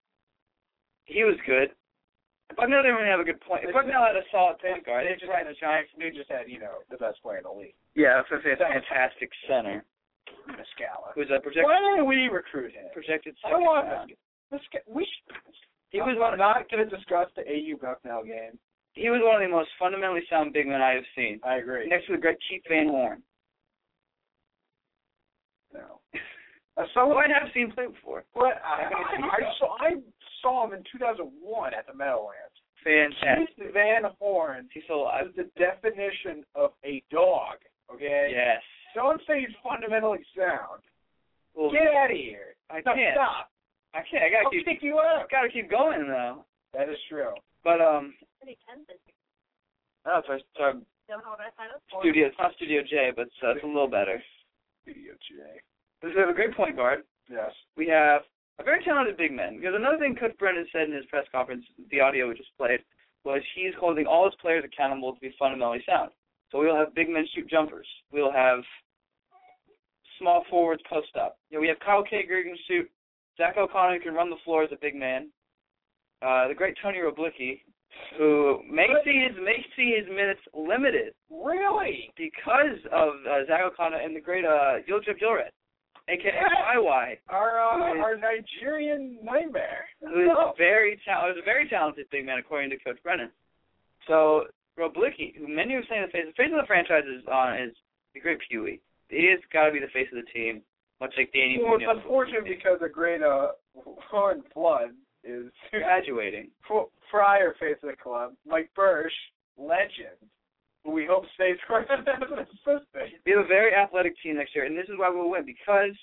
he was good. Bucknell didn't really have a good point. Bucknell had a solid point guard.
They
They
just had a giant. They just had you know the best player in the league,
yeah, it's a fantastic center
Muscala.
who's a project,
Why didn't we recruit him?
projected
I
second
want
round.
Musca- we should.
He was
I'm
one.
not going to discuss the AU Bucknell game.
He was one of the most fundamentally sound big men I have seen.
I agree.
Next to the great Keith Van Horn,
No. Uh,
who
so
I have seen play before.
But I, I, I saw I saw him in 2001 at the Meadowlands.
Fantastic.
Keith Van Horn
He's still alive.
is the definition of a dog. Okay.
Yes.
Don't say he's fundamentally sound.
Well,
Get out of here.
I
No,
can't.
stop.
I can't. I
I'll
gotta keep.
kick you out.
Gotta keep going though.
That is true.
But um,
Pretty tense. I
I don't know if I start
Don't know what I signed up for.
studio. It's not Studio J, but uh, it's a little better.
Video J.
We have a great point guard.
Yes.
we have a very talented big man. Because another thing Coach Brennan said in his press conference, the audio we just played, was he's holding all his players accountable to be fundamentally sound. So we'll have big men shoot jumpers. We'll have small forwards post up. You know, we have Kyle Kager who can shoot. Zach O'Connor who can run the floor as a big man. Uh, the great Tony Roblicki, who may see his may see his minutes limited. Really? Because of uh, Zach O'Connor and the great uh, Yiljip Yilred, aka YY,
Our
Who
uh,
is-
our Nigerian nightmare.
who is very ta- was a very talented big man according to Coach Brennan. So Roblicki, who many are saying the face the face of the franchise is on is the great Pewee. He has got to be the face of the team, much like Danny
Well, it's
Munoz
unfortunate because a great uh, Warren Flood is
graduating.
Fr- Fryer face of the club. Mike Bursch, legend, who we hope stays around as an assistant.
We have a very athletic team next year, and this is why we'll win because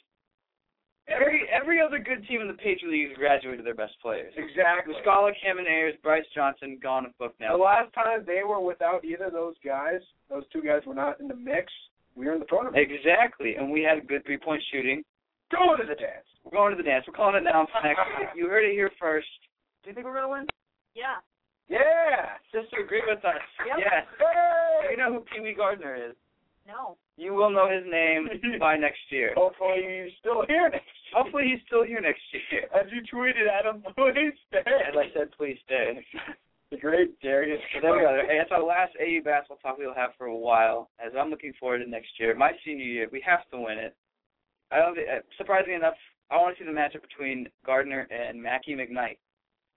every every other good team in the Patriot League has graduated their best players.
Exactly.
Muscala, Cameron Ayers, Bryce Johnson, gone a book now.
The last time they were without either of those guys, those two guys were not in the mix. We were in the tournament.
Exactly, and we had good three point shooting.
Go to the dance.
We're going to the dance. We're calling it now for next week. You heard it here first. Do you think we're gonna win?
Yeah.
Yeah.
Sister, agree with us.
Yep.
Yes.
Hey!
You know who Pee Wee Gardner is.
No.
You will know his name by next year.
Hopefully he's still here next year.
Hopefully he's still here next year.
As you tweeted at him, please stay.
As I said, please stay.
The great Darius.
So there we go. Hey, that's our last AU basketball talk we'll have for a while. As I'm looking forward to next year, my senior year, we have to win it. I don't. think- uh, Surprisingly enough, I want to see the matchup between Gardner and Mackie McKnight,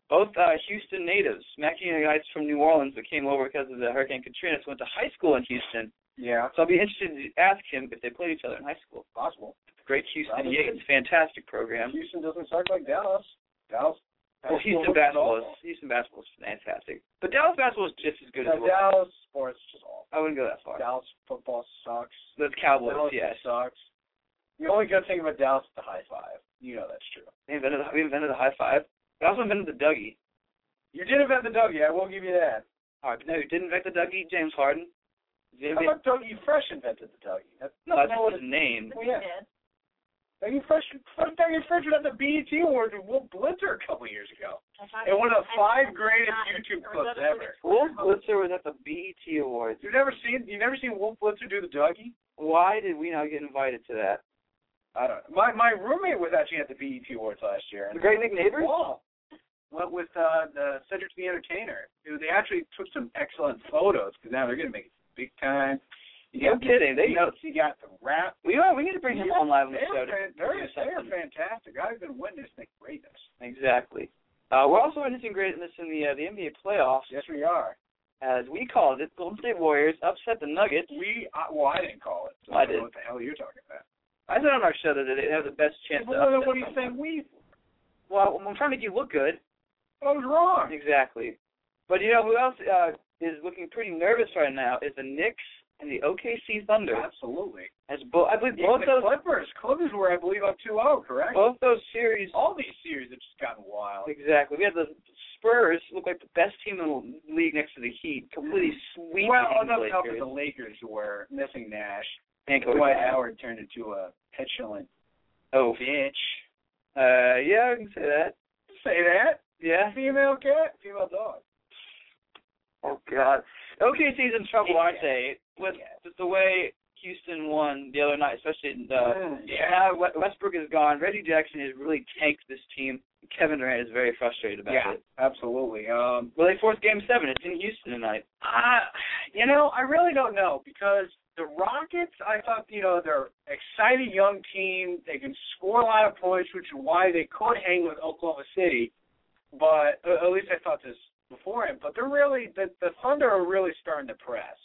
both uh, Houston natives. Mackie McKnight's from New Orleans, but came over because of the Hurricane Katrina. So went to high school in Houston.
Yeah.
So I'll be interested to ask him if they played each other in high school.
Possible.
Great Houston
Probably.
Yates, fantastic program.
Houston doesn't suck like Dallas. Dallas.
Well, Houston basketball is Houston basketball is fantastic, but Dallas basketball is just as good as.
No, Dallas sports is just awful.
I wouldn't go that far.
Dallas football sucks.
Those Cowboys,
Dallas
yes.
sucks. The only good thing about Dallas is the high five. You know that's true.
We invented the, we invented the high five. We also invented the Dougie.
You did invent the W. I will give you that.
All right, but no, you didn't invent the Dougie, James Harden. You
How
invent-
about Dougie Fresh invented the W? That's
no,
that's
that's
what
his name.
Well, Oh, yeah. Dougie Fresh, Fresh- Dougie Fresh was at the E BET Awards with Will Blitzer a couple years ago. And one of the five greatest YouTube clips ever.
Wolf Blitzer was at the BET Awards.
You've never seen you never seen Wolf Blitzer do the Dougie?
Why did we not get invited to that?
I don't know. My my roommate was actually at the BET Awards last year.
The
And
Great Nick Neighbors?
Wow. Went with uh, the Cedric the Entertainer, who they actually took some excellent photos because now they're gonna make it big time. You
No
got the
kidding, they-
beats, you got the rap.
We are. We need to bring him on live on the
They're
show. to
fan- they're,
do
they're
something.
fantastic. I've been witnessing greatness.
Exactly. Uh, we're also witnessing greatness in the uh, the NBA playoffs,
Yes, we are.
as we called it. Golden State Warriors upset the Nuggets.
We I, well, I didn't call it. So
I
don't
did.
know what the hell you're talking about?
I said on our show that they have the best chance. to
Well, then
upset
what do you
them.
think? We?
Well, I'm trying to make you look good.
I was wrong.
Exactly. But you know who else uh, is looking pretty nervous right now is the Knicks and the OKC Thunder.
Absolutely.
As bo- I believe
Even
both
the
those
Clippers. Clippers were, I believe, up 2-0, correct?
both those series
All these series have just gotten wild.
exactly. We had the Spurs look like the best team in the league next to the Heat, completely sweeping
Well, oh,
the
enough help
Lakers.
the Lakers were missing Nash.
And Kobe
Dwight
Bryant.
Howard turned into a petulant
Oh,
bitch.
uh, yeah, I can say that.
Say that.
Yeah.
Female cat, female dog.
Oh God. OKC's in trouble, aren't they? With
Yeah.
with the way Houston won the other night, especially in the
Uh, yeah.
now Wes- Westbrook is gone. Reggie Jackson has really tanked this team. Kevin Durant is very frustrated about
Yeah,
it.
absolutely. Um,
Well, they forced Game Seven. It's in Houston tonight.
I, you know, I really don't know because the Rockets. I thought, you know, they're exciting young team. They can score a lot of points, which is why they could hang with Oklahoma City. But uh, at least I thought this beforehand. But they're really the the Thunder are really starting to press,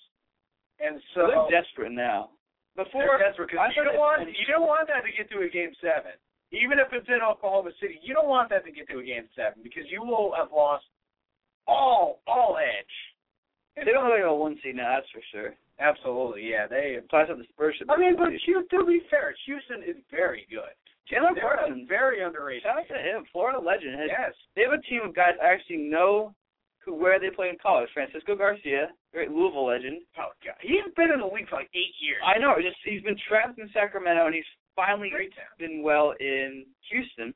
and so
They're desperate now. Before
they're desperate because
I
you
thought
don't
it-
want you don't want that to get to a game seven, even if it's in Oklahoma City. You don't want that to get to a game seven because you will have lost all all edge.
they don't have like a one seed now, that's for sure.
Absolutely, yeah. They.
So I thought the Spurs should.
I mean, but Houston, to be fair, Houston is very good.
Jalen
They're a
Brunson.
very underrated.
Shout out to him, Florida legend. Has,
Yes,
They have a team of guys I actually know who where they play in college. Francisco Garcia, great Louisville legend.
oh god, he's been in the league for like eight years.
I know. Just he's been trapped in Sacramento, and he's finally
Great town.
been well in Houston.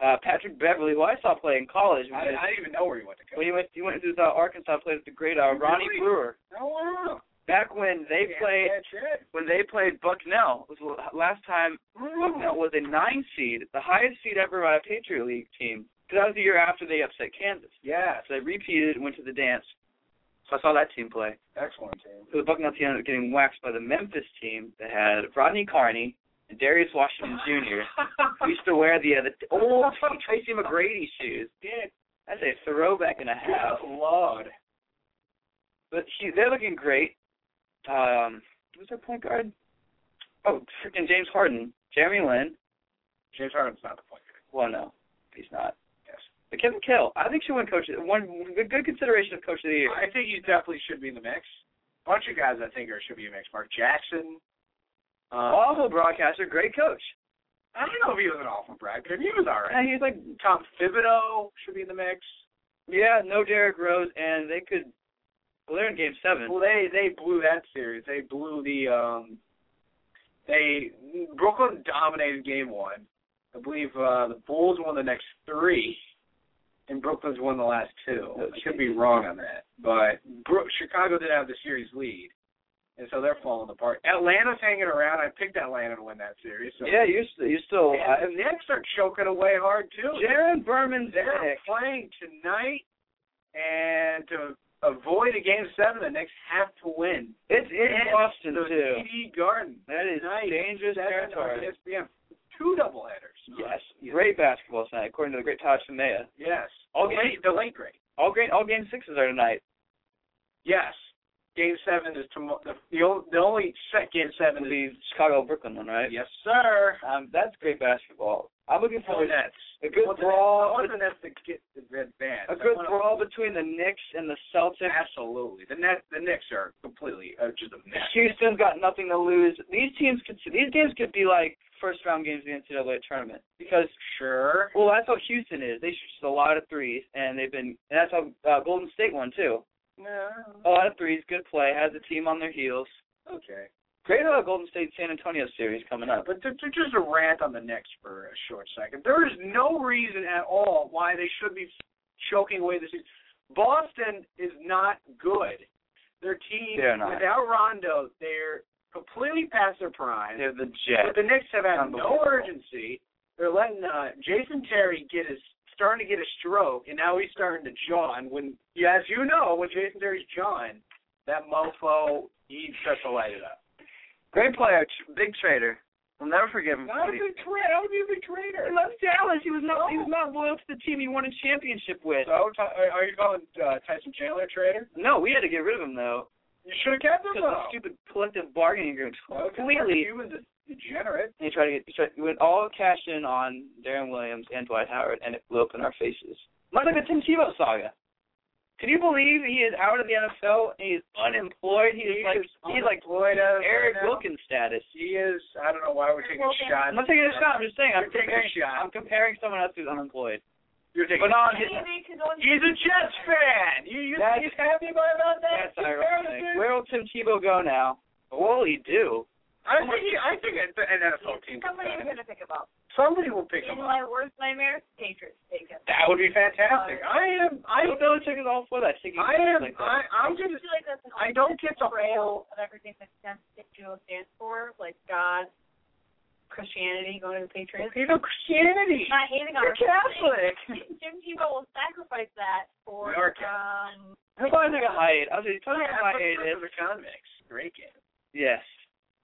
Uh, Patrick Beverly, who I saw play in college.
I, I didn't even know where he went to
Well, he went. He went to uh, Arkansas. Played at the great uh, Ronnie
Really?
Brewer.
go. No, I don't know.
Back when they
Yeah,
played,
that's it.
when they played Bucknell was the last time Bucknell was a nine seed, the highest seed ever by a Patriot League team. 'Cause that was the year after they upset Kansas.
Yeah,
So they repeated and went to the dance. So I saw that team play.
excellent team.
So the Bucknell team ended up getting waxed by the Memphis team that had Rodney Carney and Darius Washington Jr. who used to wear the uh, the old Tracy McGrady shoes.
Did
That's a throwback and a half.
Lord.
But he, they're looking great. Um, who's their point guard? Oh, freaking James Harden, Jeremy Lin.
James Harden's not the point guard.
Well, no, he's not.
Yes.
But Kevin Kill, I think she won coach. One good, good consideration of coach of the year.
I think he definitely should be in the mix. bunch of guys I think are should be in the mix. Mark Jackson. Uh,
Awful broadcaster, great coach.
I don't know if he was an awful bracket. He was all right.
And he's like,
Tom Thibodeau should be in the mix.
yeah, no Derrick Rose, and they could. Well, they're in game seven.
Well, they they blew that series. They blew the um. They Brooklyn dominated game one. I believe uh the Bulls won the next three, and Brooklyn's won the last two. I could be wrong on that, but Bro- Chicago did have the series lead, and so they're falling apart. Atlanta's hanging around. I picked Atlanta to win that series. So.
Yeah, you're st- you're still alive.
And the Knicks are choking away hard too.
Jaron Berman's
They're
back.
playing tonight, and to avoid a game seven, the Knicks have to win.
It's in Boston
So
too.
TD Garden.
That is
Nice.
dangerous
Seven on E
territory.
ESPN. Two double headers.
Yes, great basketball tonight, according to the great Todd Shemaya.
Yes.
All
the
game-
late, the late great.
All great, all game sixes are tonight.
Yes. Game seven is tomorrow. The, the, ol- the only set game
It'll
seven is.
be Chicago Brooklyn one, right?
Yes, sir.
Um, that's great basketball. I'm looking
For
forward to
Nets.
a good
I want the
brawl.
Nets- I want the Nets to get the red band.
a good brawl between the Knicks and the Celtics.
Absolutely. The Nets, the Knicks are completely uh, just a mess.
Houston's got nothing to lose. These teams could these games could be like first round games in the NCAA tournament because
Sure.
well that's how Houston is. They shoot just a lot of threes and they've been and that's how uh, Golden State won too.
No.
A lot of threes, good play, has the team on their heels.
Okay.
Great uh, Golden State San Antonio series coming up.
But to, to just a rant on the Knicks for a short second. There is no reason at all why they should be choking away the season. Boston is not good. Their team
They're not.
without Rondo, they're completely past their prime.
They're the
but
Jets.
the Knicks have had no
Unbelievable.
urgency. They're letting uh, Jason Terry get his starting to get a stroke, and now he's starting to John. When yeah, as you know, when Jason Terry's John, that mofo he starts to light it up.
Great player, tr- big trader. I'll never forgive him.
Not a
for it.
good trade. I would be a big trader.
He left Dallas. He was not. He was not loyal to the team he won a championship with.
So, Ty- are are you calling uh, Tyson Chandler a traitor?
No, we had to get rid of him though
You should have kept him
because
though.
the stupid collective bargaining agreement
Okay,
completely.
He was a degenerate.
And he tried to get. He, tried, he went all cash in on Darren Williams and Dwight Howard, and it blew up in our faces. Much like the Tim Tebow saga. Can you believe he is out of the NFL and he's unemployed? He is like he's like
Floyd as right
Eric
now.
Wilkins status.
He is. I don't know why we're taking shots.
I'm not taking a shot. I'm just saying I'm
You're taking
comparing.
a shot.
I'm comparing someone else who's unemployed.
You're taking.
But not on his.
Maybe to go
He's a Jets fan. You, you
That's-
he's happy about that?
That's ironic.
comparison?
Where will Tim Tebow go now? What will he do?
I think he, I think an an NFL team.
Somebody is
could sign him.
going to pick him up.
Somebody will pick
In
him up.
my worst nightmares, Patriots take him.
That would be fantastic. I am.
I
I.
don't know the tickets all for that. I think he-
I am.
Like that.
I, I'm
I
just.
feel like that's an
I don't get the
betrayal of everything that stands that Juno stands for, like God, Christianity, going to the Patriots.
You know Christianity.
Not hating on
You're Catholic.
Jim Tebow will sacrifice that
We
for
are
um
That's why I think I hide. I was just telling him I hate it.
the convicts. Great game.
Yes.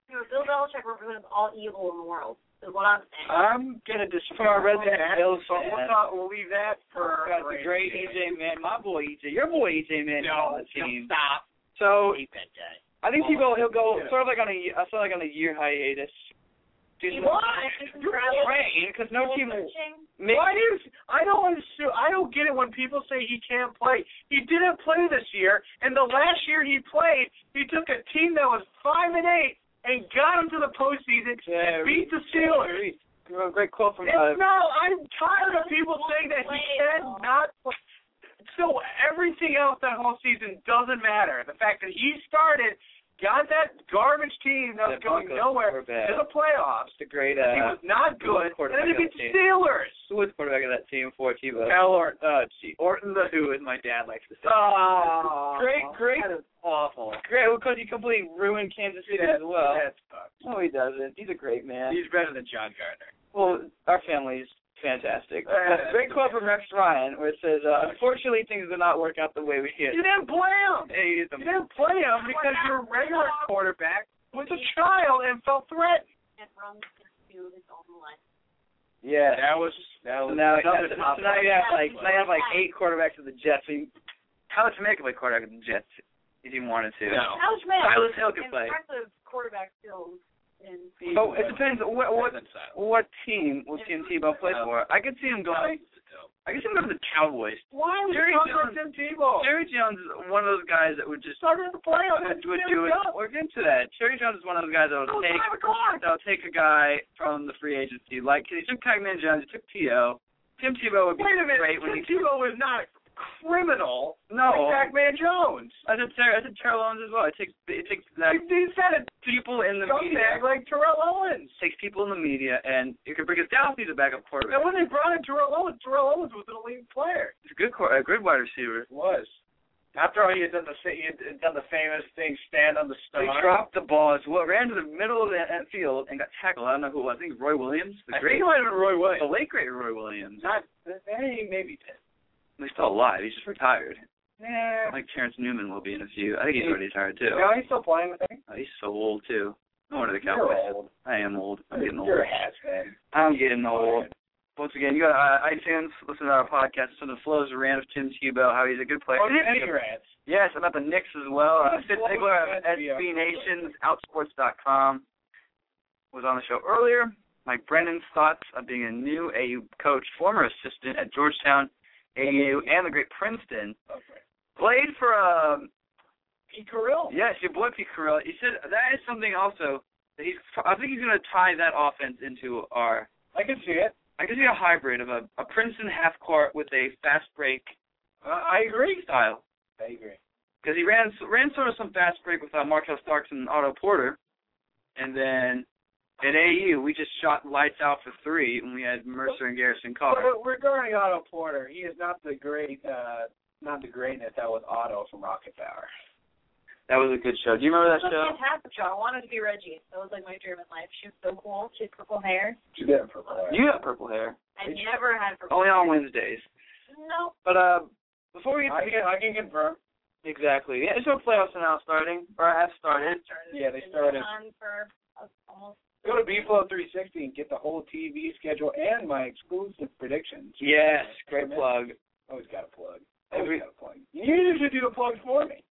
you know, Bill Belichick represents all evil in the world, is what I'm saying.
I'm gonna disagree.
From our red
with that,
Bills
so we'll,
fan.
not, we'll leave that for.
Got the great EJ Man, my boy EJ, your boy EJ Man
No,
on the team.
stop.
So
Hate that guy.
I think Tebow he'll go
Yeah.
sort of like on a ye- uh, sort of like on a year hiatus. Do
He
some
won. It's
You're
incredible.
train because no team will
Coaching,
make.
Why is I don't understand. I don't get it when people say he can't play. He didn't play this year, and the last year he played, he took a team that was five and eight and got him to the postseason
Yeah,
and beat the Steelers.
Reed, a great quote from uh,
It's no, I'm tired of people saying that he cannot play. So everything else that whole season doesn't matter. The fact that he started got that garbage team that was
The
going
Broncos
nowhere
were
to
bad.
the playoffs.
The great
he
uh,
was not
who was
good. And
quarterback
then
of
against
that team?
Steelers.
Who was quarterback of that team for Tebow?
Cal Orton, uh, gee,
Orton the Who, as my dad likes to say.
Oh,
great, great,
That is awful.
great. Well, because he completely ruined Kansas City as well.
That sucks.
No, he doesn't. He's a great man.
He's better than John Gardner.
Well, our family's fantastic.
Uh,
Great quote from Rex Ryan, where it says, uh, "Unfortunately, things did not work out the way we hit."
You didn't play him.
Hey, he's the-
You didn't play him because your regular quarterback was a child and felt threatened.
And wrong to his own life.
yeah.
That was that
So
was
now, so
another top
now you have like now you have like eight quarterbacks of the Jets. So you, Tyler Tameka played quarterback of the Jets if he wanted to.
No.
How's Matt?
Silas Hill could play.
Impressive quarterback skills and
So it depends on what what what team what team Tebow played for. I could see him going. I could see him going to the Cowboys.
Why was
Jerry
Jerry
Jones-
Jones Tim Tebow?
Jerry Jones is one of those guys that would just
started to play on Oh.
would
it.
would do it. We're into that. Jerry Jones is one of those guys
It was
that would take
five o'clock.
they'll take a guy from the free agency. Like he took Cogman Jones, he took T.O. Tim Tebow would be
Wait a minute.
great when he
Tim Tebow was not a criminal.
no.
Like Pac-Man Jones.
I said Ter- I said Terrell Owens as well. It takes it takes that
He, he said it.
people in the media.
Scumbag like Terrell Owens.
It takes people in the media, and you can bring us down if he's a backup
And
quarterback.
when they brought in Terrell Owens, Terrell Owens was an elite player.
He's a good quar- a good wide receiver.
Was. After all, he had done the fa- he had done the famous thing, stand on the
He dropped the ball as well, ran to the middle of the uh, field and got tackled. I don't know who it was. I think it was Roy Williams, the
I
great,
think it might have been Roy Williams.
the late great Roy Williams.
Not, hey, maybe.
He's still alive. He's just retired.
Nah.
Like Terrence Newman will be in a few. I think he's already retired too.
No, he's still playing with me.
Oh, he's so old too. No wonder the
You're
Cowboys.
old.
I am old. I'm getting old.
You're a has-been.
I'm getting old. Once again, you go to uh, iTunes, listen to our podcast, listen to Flo's rant of Tim Tebow, how he's a good player.
Oh,
He's a
Jimmy
good-
Rats.
Yes, about the Knicks as well. Uh, Fitz
Flo's
Ziggler
rant
of
video.
SBNationsOutsports.com was on the show earlier. Mike Brennan's thoughts of being a new AU coach, former assistant at Georgetown, AU, and the great Princeton. Played for a
Pete Carrill.
Yes, your boy Pete Carroll. He said that is something also. That he's. I think he's going to tie that offense into our.
I can see it.
I guess a hybrid of a, a Princeton half court with a fast break
Uh, I agree.
style.
I agree.
Because he ran ran sort of some fast break with uh, Markel Starks and Otto Porter, and then at AU we just shot lights out for three, and we had Mercer and Garrison Carr.
But regarding Otto Porter, he is not the great, uh, not the greatness that was Otto from Rocket Power.
That was a good show. Do you remember that show?
fantastic show. I wanted to be Reggie. That was like my dream in life. She was so cool. She had purple hair.
She did for Blair.
You got purple hair.
I never had purple
Only
hair.
on Wednesdays.
No.
But uh, before we get
I can, I can confirm.
exactly, yeah, so playoffs are now starting or have started.
Yeah, they started.
On for uh, almost
Go to BFlow 360 and get the whole TV schedule and my exclusive predictions.
Yes, great plug.
Always got a plug.
Every-
Always got a plug. You usually do the plugs for me.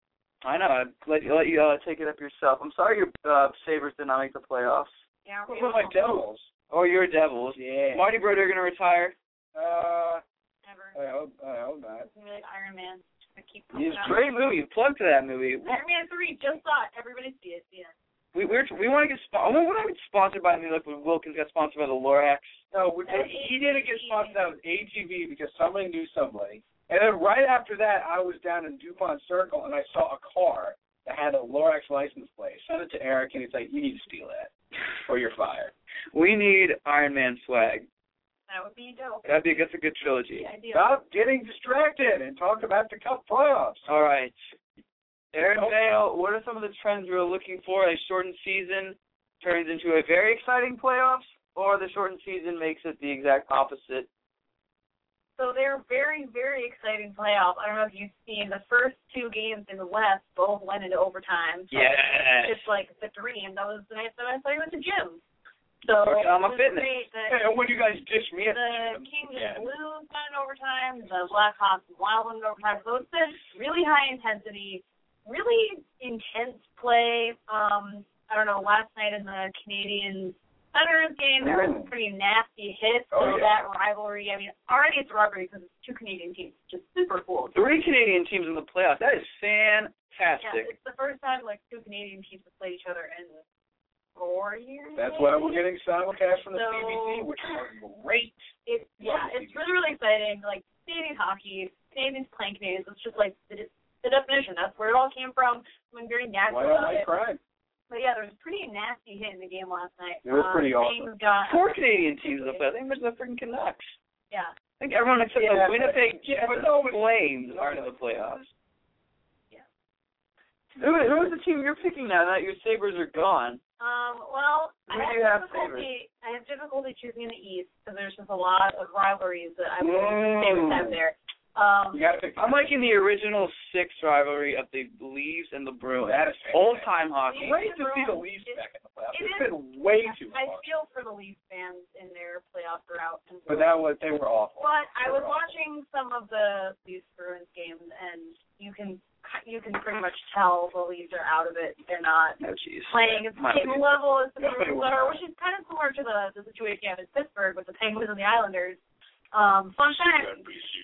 I know. I'd let you, let you uh, take it up yourself. I'm sorry your uh, Sabres did not make the playoffs. Oh,
yeah.
What about my Devils?
Or your Devils.
Yeah.
Marty Broder going to retire.
Uh,
Never.
I hope, I hope not.
It's gonna be like Iron Man. Just gonna keep
It's
coming out.
a great movie. Plug to that movie.
Iron Man three. Just saw it. Everybody see it. Yeah.
We we're, we want to get spo- I want to get sponsored by me like when Wilkins got sponsored by the Lorax.
No, we,
Hey.
he didn't get sponsored. That was ATV because somebody knew somebody. And then right after that, I was down in Dupont Circle and I saw a car that had a Lorax license plate. Sent it to Eric and he's like, "You need to steal that, or you're fired."
We need Iron Man swag.
That would be dope.
That'd be that's a good trilogy.
The idea.
Stop getting distracted and talk about the Cup playoffs.
All right. Aaron Vale, what are some of the trends we're looking for? A shortened season turns into a very exciting playoffs, or the shortened season makes it the exact opposite?
So they're very, very exciting playoffs. I don't know if you've seen the first two games in the West both went into overtime. So
Yes.
It's like the dream. That was the night that I saw you at the gym. So
Working on my
it was
fitness.
great that
And when you guys dish me, at
the Kings
Yeah.
and Blues went in overtime, the Blackhawks and Wild went in overtime. So it's been really high intensity, really intense play. Um, I don't know, last night in the Canadian Senators game, there was a pretty nasty hit. So
Mm. Oh, yeah.
that rivalry, I mean, already it's rivalry because it's two Canadian teams, just super cool.
Three Canadian teams in the playoffs. That is
Yeah,
fantastic.
it's the first time like two Canadian teams have played each other in four years.
that's
maybe?
why we're getting simulcast from the
So-
CBC, which is great.
it's yeah, it's really really exciting. Like Canadian hockey, Canadians playing Canadians. It's just like the the definition. That's where it all came from. When very nasty
Why don't
about
I
it.
cry?
But yeah, there was a pretty nasty hit in the game last night.
It was
um,
pretty awesome.
Things got,
Four Canadian teams up there. I think there's the freaking Canucks.
yeah.
I think everyone except
Yeah,
the Winnipeg
but- yeah,
Jets
but-
and Flames are in the playoffs.
Yeah.
Who, who's the team you're picking now that your Sabres are gone?
Um, well,
Who
I
do you have
difficulty. I have difficulty choosing in the East because there's just a lot of rivalries that I would
Mm.
say would have there. Um,
You gotta pick.
I'm liking the original six rivalry of the Leafs and the Bruins.
That is
Old time hockey.
Great to see the Leafs back in the playoffs.
It
It's
is-
been way too
I
long.
feel for the Leafs fans in their playoff drought. And
But that was they were awful.
But I was watching some of the Leafs Bruins games, and you can you can pretty much tell the Leafs are out of it. They're not
Oh, jeez.
playing at the
My
same
opinion.
level as the
Nobody
Bruins
wants
are,
that.
which is kind of similar to the the situation you have in Pittsburgh with the Penguins and the Islanders. Um, fun fact: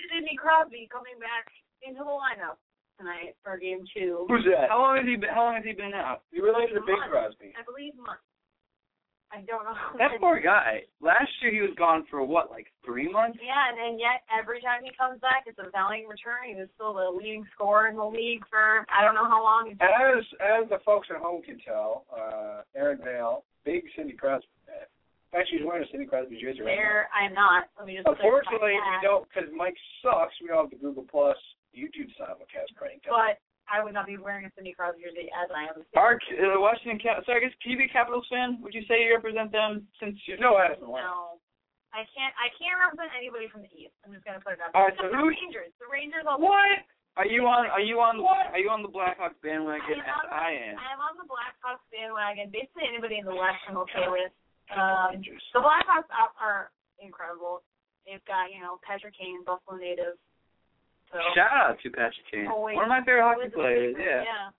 Sidney Crosby coming back into the lineup tonight for Game Two.
Who's that?
How long has he been? How long has he been out?
You related to Big Crosby?
I believe month. I don't know.
That poor guy. Last year he was gone for what, like three months?
Yeah, and, and yet every time he comes back, it's a valiant return. He was still the leading scorer in the league for I don't know how long. He's been.
As as the folks at home can tell, uh, Aaron Vale, big Cindy Crosby. fan. In fact, she's wearing a Cindy Crosby jersey right now.
There, I'm not. Let me just. clarify
Unfortunately, we
that.
don't because Mike sucks. We don't have the Google Plus YouTube simulcast cranked up.
But um, I would not be wearing a Cindy Crosby jersey as I am.
Our uh, Washington. Cap- so I guess can you be a Capitals fan? Would you say you represent them since you're
No, I don't know.
No, I can't. I can't represent anybody from the East. I'm just gonna put it out there.
All right, so
Except
who-
the Rangers. The Rangers. I'll
What? Are you on? Are you on? Are you on the Blackhawks bandwagon? As I am.
I am on the Blackhawks bandwagon. Basically, anybody in the West I'm okay with. Um, the Blackhawks are, are incredible. They've got you know Patrick Kane, Buffalo native. So
Shout out to Patrick Kane.
Always-
One of my favorite hockey
always a
players.
favorite,
Yeah.
yeah.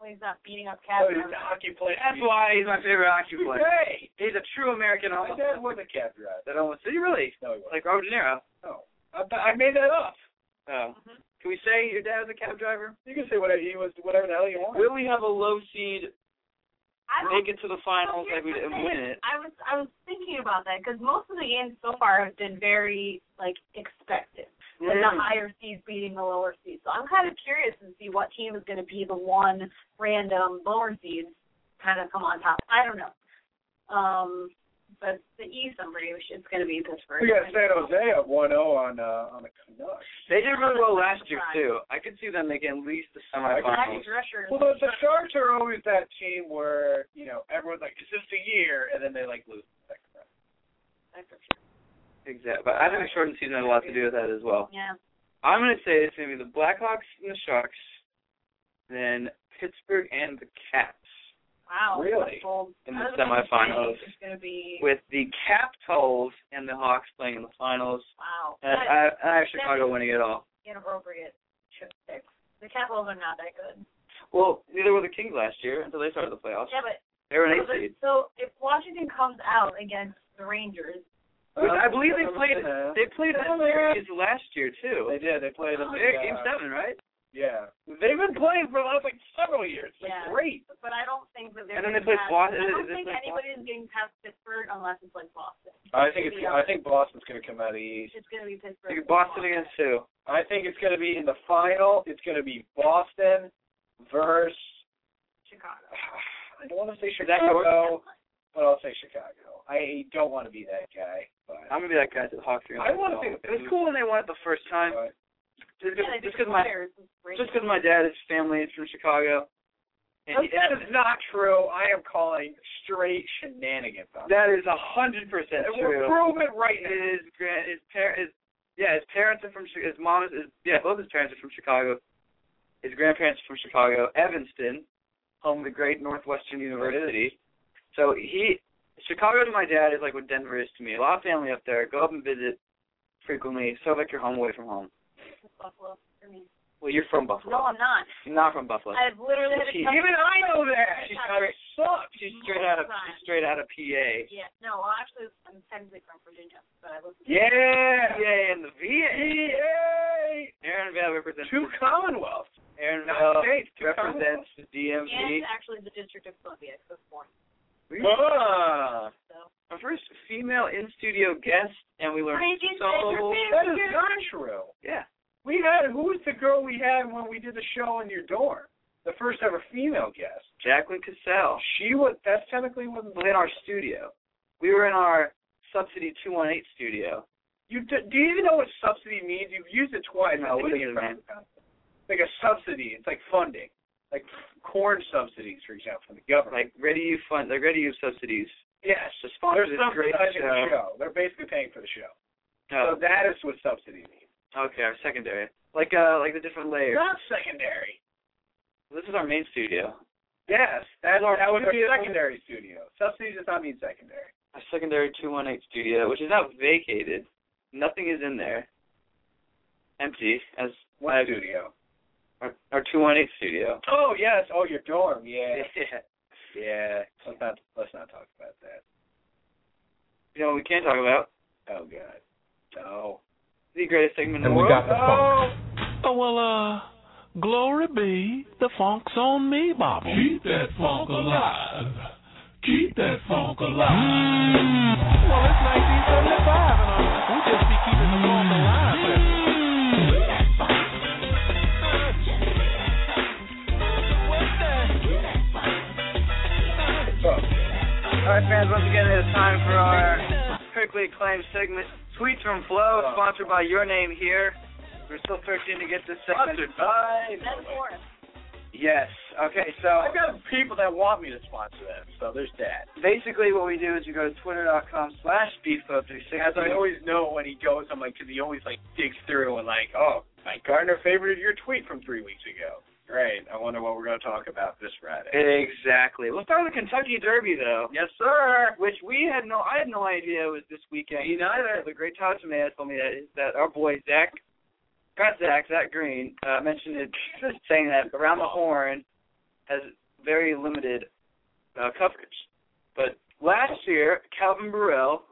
Always not beating up
Oh,
Cavs.
he's a hockey player.
That's why he's my favorite hockey player.
Hey,
He's a true American
my
hockey.
dad was a copyright.
That almost. Did you really?
No, he wasn't.
Like Robert De Niro.
No, I, I made that up.
Oh. Can we say your dad was a cab driver?
You can say whatever he was, whatever the hell you want.
Will we have a low seed
I
make it to the finals
Well,
like we
here's
did
the
and win it?
thing. I was I was thinking about that because most of the games so far have been very like expected, and the higher seeds beating the lower seeds. So I'm kind of curious to see what team is going to be the one random lower seeds kind of come on top. I don't know, um, but the East, I'm pretty sure it's going to be Pittsburgh.
We got San Jose up 1-0 on uh, on the Canucks.
They did really well last year too. I could see them making at least the
Max
semifinals.
Drescher.
Well, the, the Sharks are always that team where you know everyone's like, "Is this the year?" and then they like lose. the second round.
Exactly. But I think the shortened season had a lot to do with that as well.
Yeah.
I'm gonna say it's gonna be the Blackhawks and the Sharks, then Pittsburgh and the Caps.
Wow.
Really?
that's bold.
In the
I was gonna say
semifinals.
It's going to be
With the Capitals and the Hawks playing in the finals.
wow.
And
That's-
I, I have Chicago winning it all.
inappropriate chip picks. The Capitals are not that good.
Well, neither were the Kings last year until they started the playoffs.
Yeah, but
They were an
so,
eight seed.
if Washington comes out against the Rangers,
I believe they played.
Yeah.
They played that series last year too. Oh,
They did. They played in the
They're at game
uh,
seven, right?
Yeah, they've been playing for the last like several years. Like,
Yeah.
Great.
but I don't think that they're.
And then
gonna
they play
pass-
Bos-
I don't
they
think
play
anybody is getting past Pittsburgh unless it's like Boston.
I think it's. I think Boston's going to come out of the East.
It's going to be Pittsburgh.
Like
and
Boston against who?
I think it's going to be in the final. It's going to be Boston versus.
Chicago.
I don't want to say
Is that
Chicago,
Chicago?
but I'll say Chicago. I don't want to be that guy, but
I'm gonna be that guy to the Hawks. are gonna
I wanna
win it all.
think-
it was cool when they won it the first time.
but
Just
Yeah, they
because my
players is great.
just because my dad is family is from Chicago. And he-
that is not true. I am calling straight shenanigans. On
that is a hundred percent
And we're
true.
proven right now.
His grand his par his yeah his parents are from Chi- his mom is his, yeah both his parents are from Chicago. His grandparents are from Chicago, Evanston, home of the great Northwestern University. So he Chicago to my dad is like what Denver is to me. A lot of family up there. Go up and visit frequently. So like you're home away from home.
It's Buffalo for me.
Well, you're from Buffalo.
No, I'm not.
You're not from Buffalo.
I've literally had a
She-
couple-
even I know that. She's
Chicago.
straight, sucks. She's straight out of she's straight out of PA.
Yeah, no, well, actually, I'm technically from Virginia, but I live.
Yeah. Yeah, and the VA. Aaron Vale represents
Two Commonwealths.
Aaron
No,
Vale
states, two
represents the
And
DMV.
it's actually the District of Columbia, because born.
Ah.
So.
Our first female in studio guest, and we learned
Crazy
so
Baker
That is not true.
yeah.
We had who was the girl we had when we did the show in your door? The first ever female guest. Oh,
Jacqueline Cassell.
She was that's technically wasn't
in our studio. We were in our subsidy two one eight studio.
You do, do you even know what subsidy means? You've used it twice.
No,
I think
what
it's
is it, man?
Like a subsidy. It's like funding, like corn subsidies, for example, from the government.
Like ready you fund like ready you subsidies.
Yes,
The sponsor of
they're
this great
subsidizing the
show.
show. They're basically paying for the show.
Oh,
So that is what subsidy means.
okay, our secondary. Like uh like the different layers.
Not secondary.
This is our main studio.
Yes, that,
Lord,
that would
could
be
be-
secondary studio. Subsidy does not mean secondary.
Our secondary two one eight studio, which is now vacated. Nothing is in there. Empty as
What
I-
studio?
our our two one eight studio.
Oh yes, oh your dorm, yeah.
Yeah.
Yeah. Let's not let's not talk about that.
You know what we can talk about?
Oh god. No.
The greatest segment in
And
the
we
world.
got the Oh
Oh
well, uh, glory be the funk's on me, Bobby. Keep that funk alive. Keep that funk alive. Hmm. Well, it's 1975, and uh, we just be keeping the funk alive.
All right, fans, once again, it is time for our
Mm.
critically acclaimed segment, Tweets from Flow, sponsored by Your Name Here. We're still thirsty to get this segment.
Sponsored by
Ben Forrest.
Yes. Okay, so
I've got people that want me to sponsor them, so there's that.
basically what we do is we go to twitter.com slash beatclub360.
As I always know when he goes, I'm like, 'cause he always like digs through and like, oh, Mike Gardner favorited your tweet from three weeks ago. Great. I wonder what we're going to talk about this Friday.
Exactly. We'll start with the Kentucky Derby, though.
Yes, sir.
Which we had no, I had no idea was this weekend.
Me neither.
The great Todd Tomato told me that that our boy Zach, got Zach, Zach Green, uh, mentioned it, saying that around the horn has very limited uh, coverage. But last year, Calvin Burrell,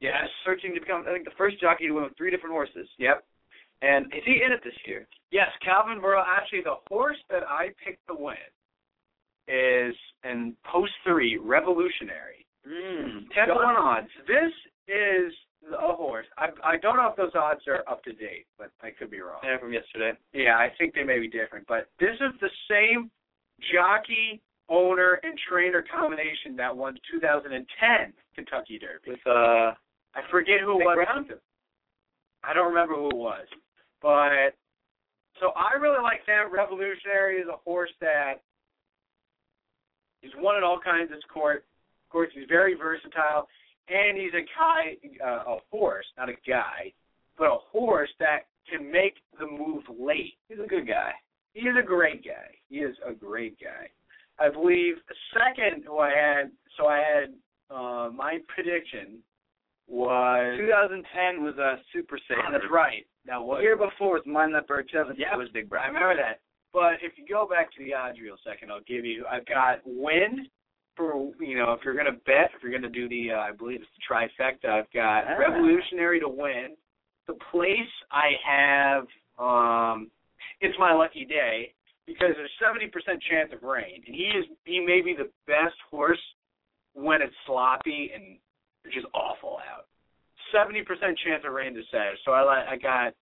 Yes.
searching to become, I think, the first jockey to win with three different horses.
Yep.
And is he in it this year?
Yes, Calvin Burrow. Actually, the horse that I picked to win is in post three revolutionary.
Mm. Ten to
Don't-
one odds.
This is a horse. I I don't know if those odds are up to date, but I could be wrong.
Yeah, from yesterday.
Yeah, I think they may be different, but this is the same jockey, owner, and trainer combination that won 2010 Kentucky Derby.
With uh,
I forget who it
Nick
was.
Brown?
I don't remember who it was, but so I really like that. Revolutionary is a horse that he's won in all kinds of court. Of course, he's very versatile, and he's a guy, uh, a horse, not a guy, but a horse that can make the move late. He's a good guy. He is a great guy. He is a great guy. I believe second who I had so I had uh my prediction was
2010 was a super saver.
that's right. That
The
was
year before was Mind That Bird 7.
Yeah.
was Big
I
Brian.
remember that. But if you go back to the odds real second, I'll give you. I've got win for you know if you're gonna bet if you're gonna do the uh, I believe it's the trifecta. I've got
Ah.
revolutionary to win. The place I have um it's my lucky day because there's seventy percent chance of rain and he is he may be the best horse when it's sloppy and just awful out. Seventy percent chance of rain this Saturday. So I li- I got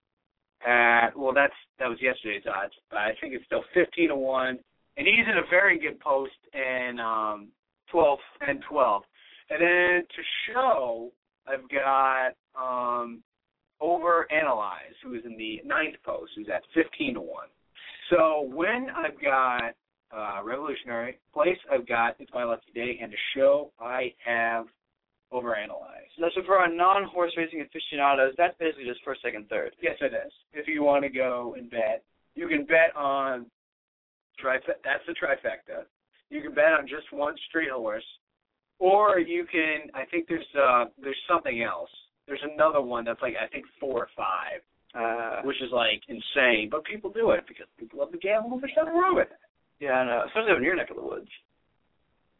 at Uh, well that's that was yesterday's odds, but I think it's still fifteen to one. And he's in a very good post and um twelve and twelve. And then to show I've got um over analyze who is in the ninth post, who's at fifteen to one. So when I've got uh revolutionary place I've got it's my lucky day and to show I have over analyze.
So that's for our non-horse racing aficionados. That's basically just first, second, third.
Yes, it is. If you want to go and bet, you can bet on trifecta. That's the trifecta. You can bet on just one street horse, or you can. I think there's uh there's something else. There's another one that's like I think four or five,
Uh,
which is like insane. But people do it because people love to gamble. and There's nothing wrong with it.
yeah, I know. Especially over in your neck of the woods.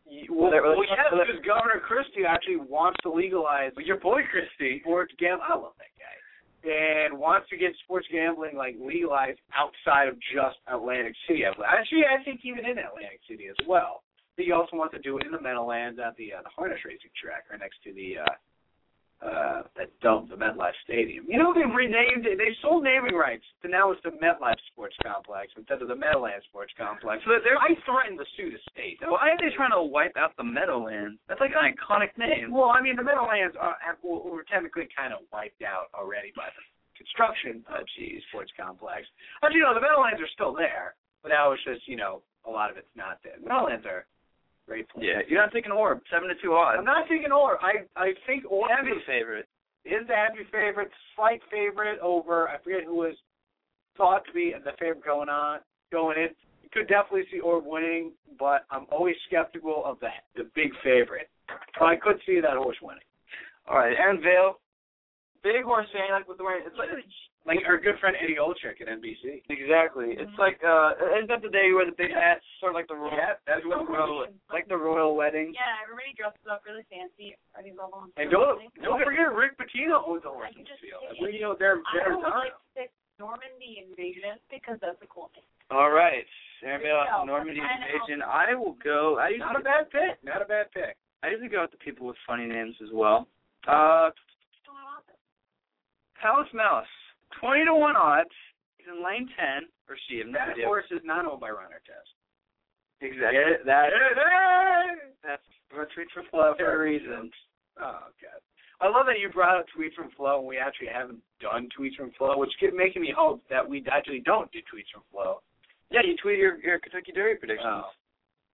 You-
Well,
Well,
that really-
well, yeah, because Governor Christie actually wants to legalize your boy Christie sports gambling. I love that guy, and wants to get sports gambling like legalized outside of just Atlantic City. I believe- Actually, I think even in Atlantic City as well. But he also wants to do it in the Meadowlands at the uh, the harness racing track right next to the uh uh, that dumped the MetLife Stadium. You know, they've renamed it. They've sold naming rights to now it's the MetLife Sports Complex instead of the Meadowlands Sports Complex.
So they're-
I threatened to sue the state.
Why are they trying to wipe out the Meadowlands? That's like an iconic name.
Well, I mean, the Meadowlands are, have, were were technically kind of wiped out already by the construction of the sports complex. But, you know, the Meadowlands are still there, but now it's just, you know, a lot of it's not there. The Meadowlands are great places.
Yeah, you're not taking Orb. Seven to two odds.
I'm not thinking Orb. I, I think Orb
Heavy favorite.
is the heavy favorite, slight favorite over, I forget who was thought to be the favorite going on, going in. You could definitely see Orb winning, but I'm always skeptical of the the big favorite. So I could see that horse winning.
All right, Aaron Vale. Big horse fan, like with the wearing. It's like
like our good friend Eddie Olczyk at NBC.
exactly. It's like uh, isn't that the day you wear the big hat, sort of like the royal?
Mm-hmm. Yeah, that's what I'm
the royal, like the royal wedding.
Yeah, everybody dresses up really fancy. Are these all
And don't don't forget Rick Pitino owns the horse.
I just
We you know they're
I
they're
would like to pick Normandy Invasion because that's a cool name.
All right, Aaron
Yeah,
Vale, Normandy
I know.
Invasion. I will go. I usually
not a bad pick. Not a bad pick.
I usually go with the people with funny names as well. Uh, Palace Mouse, twenty to one odds. He's in lane ten, or she. I'm
That horse is not owned by Ron Artest.
Exactly. That that's a tweet for Flo for a reason.
Oh god. I love that you brought up tweets from Flow and we actually haven't done tweets from Flow, which kept making me hope that we actually don't do tweets from Flow.
Yeah, you tweet your your Kentucky Derby predictions.
Oh.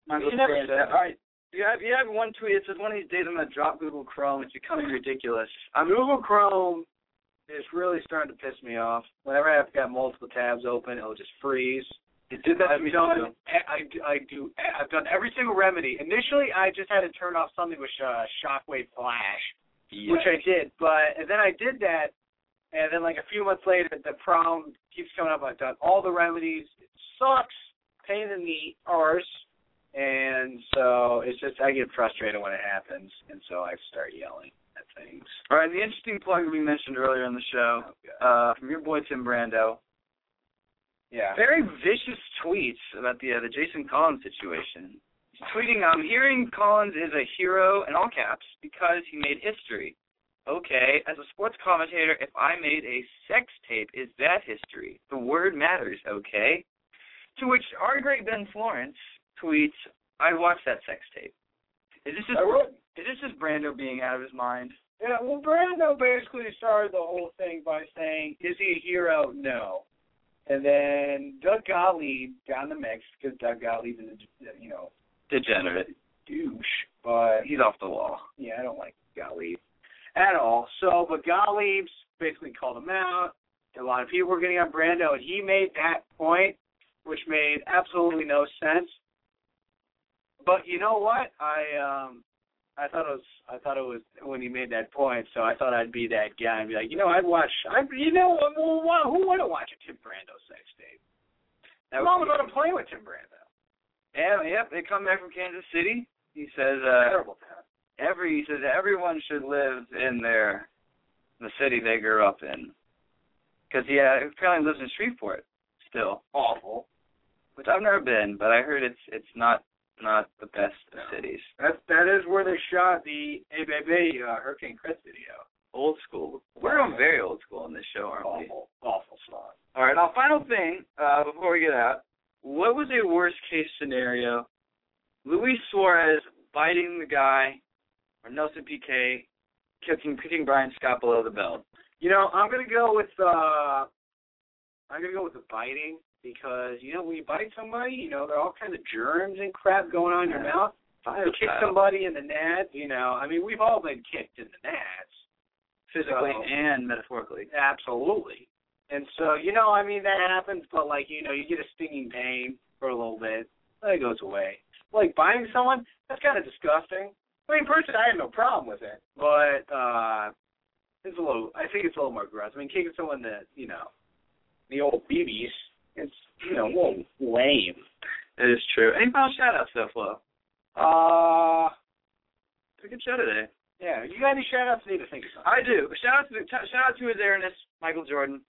Might as
You
well
never
say
said
that.
that.
All right. You have you have one tweet. It says one of these days I'm gonna drop Google Chrome. It's becoming ridiculous.
Um, Google Chrome is really starting to piss me off. Whenever I've got multiple tabs open, it'll just freeze.
It did that to
I've
me
done.
too.
I, I do. I've done every single remedy. Initially, I just had to turn off something with uh, Shockwave Flash, which I did. But and then I did that, and then like a few months later, the problem keeps coming up. I've done all the remedies. It sucks. Pain in the arse. And so it's just I get frustrated when it happens, and so I start yelling at things.
All right. The interesting plug we mentioned earlier in the show uh, from your boy Tim Brando.
Yeah.
Very vicious tweets about the uh, the Jason Collins situation. He's tweeting, "I'm hearing Collins is a hero in all caps because he made history." Okay, as a sports commentator, if I made a sex tape, is that history? The word matters, okay? To which our great Ben Florence tweets, "I watched that sex tape." Is this just
I would.
is this just Brando being out of his mind?
Yeah, well, Brando basically started the whole thing by saying, "Is he a hero? No." And then Doug Gottlieb got in the mix because Doug Gottlieb is, a, you know,
Degenerate.
douche. But
He's off the wall.
yeah, I don't like Gottlieb at all. So, but Gottlieb's basically called him out. A lot of people were getting on Brando, and he made that point, which made absolutely no sense. But you know what? I um, I thought it was I thought it was when he made that point. So I thought I'd be that guy and be like, you know, I'd watch. I you know, who want to watch a Tim Brando sex tape?
That
Mom was
would-
on a plane with Tim Brando.
Yeah, yep. They come back from Kansas City. He says, uh,
Terrible time.
every he says everyone should live in their the city they grew up in, because he uh, apparently lives in Shreveport still,
Awful.
which I've never been, but I heard it's it's not not the best of cities.
That's that is where they shot the Hey Baby uh, Hurricane Chris video.
Old school. We're on very old school on this show, aren't we?
Awful, awful song.
All right. Now, final thing uh, before we get out. What was a worst case scenario? Luis Suarez biting the guy, or Nelson Piquet kicking kicking Brian Scott below the belt.
You know, I'm gonna go with uh I'm gonna go with the biting because you know when you bite somebody, you know, there are all kinds of germs and crap going on in your
Yeah.
mouth. You kick
Kyle.
somebody in the nads, you know. I mean, we've all been kicked in the nads.
physically
So-
and metaphorically.
Absolutely. And so, you know, I mean, that happens, but like, you know, you get a stinging pain for a little bit, then it goes away. Like biting someone, that's kind of disgusting. I mean, personally, I had no problem with it, but uh, it's a little. I think it's a little more gross. I mean, kicking someone that you know, the old BBs, it's you know, a little lame.
It is true. Any final shout outs though, Flo?
Uh,
It's a good show today.
yeah. You got any shout outs? Need to think of something.
I do. Shout out to t- shout out to his airness, Michael Jordan.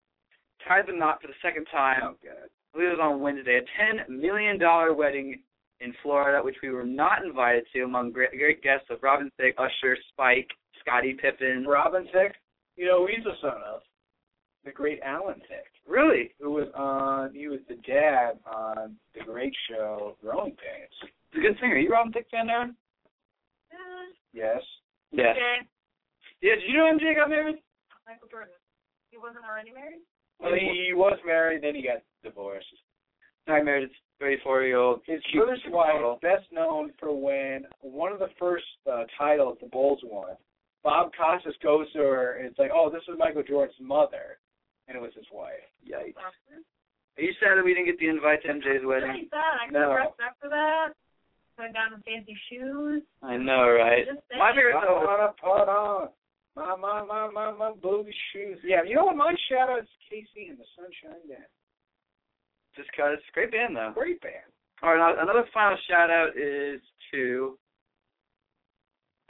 Tied the knot for the second time.
Oh, God.
I believe it was on Wednesday, a ten million dollar wedding in Florida, which we were not invited to, among great, great guests of Robin Thicke, Usher, Spike, Scottie Pippen.
Robin Thicke. You know, he's the son of the great Alan Thicke.
Really?
Who was on? He was the dad on the great show Growing Pains.
He's a good singer. You Robin Thicke fan, Aaron?
Yes.
Yeah.
Okay.
Yeah. Did you know MJ got married?
Michael Jordan. He wasn't already married?
Well, he, he was married, then he got divorced.
I married a 34-year-old.
His
cute
first wife,
model.
best known for when one of the first uh, titles the Bulls won, Bob Costas goes to her and it's like, "Oh, this is Michael Jordan's mother," and it was his wife.
Yikes. Are you sad that we didn't get the invite to MJ's wedding?
Really sad. I could
No.
have dressed up for that. Put down in fancy shoes.
I know, right?
Just saying.
My favorite
Put
though.
on, put on my my my my my booby shoes. Yeah, you know what? My shout out is Casey and the Sunshine Band.
Just cause. Great band though.
Great band.
All right, now, another final shout out is to.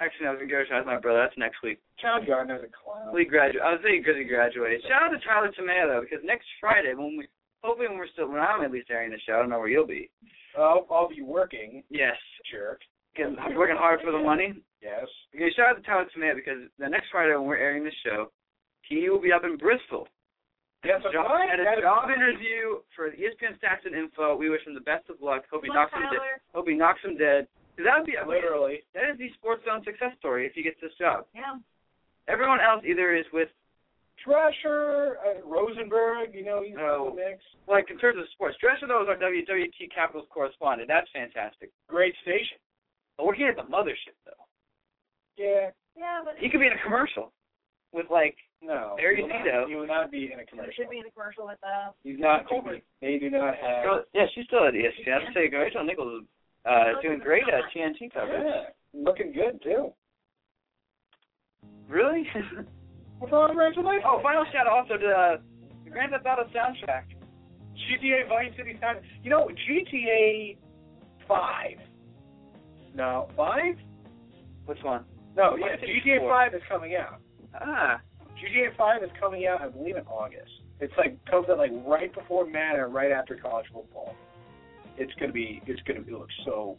Actually, no, I was gonna go shout out to my brother. That's next week.
Child Gardner's a clown.
We graduate. I was thinking because he graduated. Shout out to Tyler Tomato because next Friday when we hopefully when we're still when I'm at least airing the show. I don't know where you'll be.
I'll, I'll be working,
Yes,
jerk.
'cause I'm working hard for the money.
Yes.
Okay, shout out to Tyler Tomato because the next Friday when we're airing the show, he will be up in Bristol.
That's
Job,
what?
at
That
a
is-
job interview for E ESPN Stats and Info. We wish him the best of luck. Hope he
Look,
knocks him dead.
Tyler.
Hope he knocks him dead. 'Cause that would be
Literally.
that is the sports zone success story if he gets this job.
Yeah.
Everyone else either is with
Thrasher, uh, Rosenberg, you know, he's
Oh.
in the mix.
like in terms of sports. Drescher though is our WWT Capitals correspondent. That's fantastic.
Great station.
But we're here at the mothership though.
Yeah.
Yeah, but
He could be in a commercial with like
No.
There you
he will
see,
not-
though.
He will not be in a
it
commercial.
should be in a commercial with uh
He's not. They do not have.
uh, Girl- yeah, she's still at E ESPN. I'd say Rachel Nichols is uh, doing great at TNT coverage.
Yeah. Looking good too.
Really?
What's wrong, Rachel? Nichols?
oh, final shout out also to uh, the Grand Theft Auto soundtrack.
GTA Vice City Sound. You know, GTA Five. No, five?
Which one?
No,
Vice
yeah.
City
GTA
four.
Five is coming out.
Ah,
GTA Five is coming out, I believe, in August. It's like comes out like right before Madden, or right after college football. It's gonna be. It's gonna be look so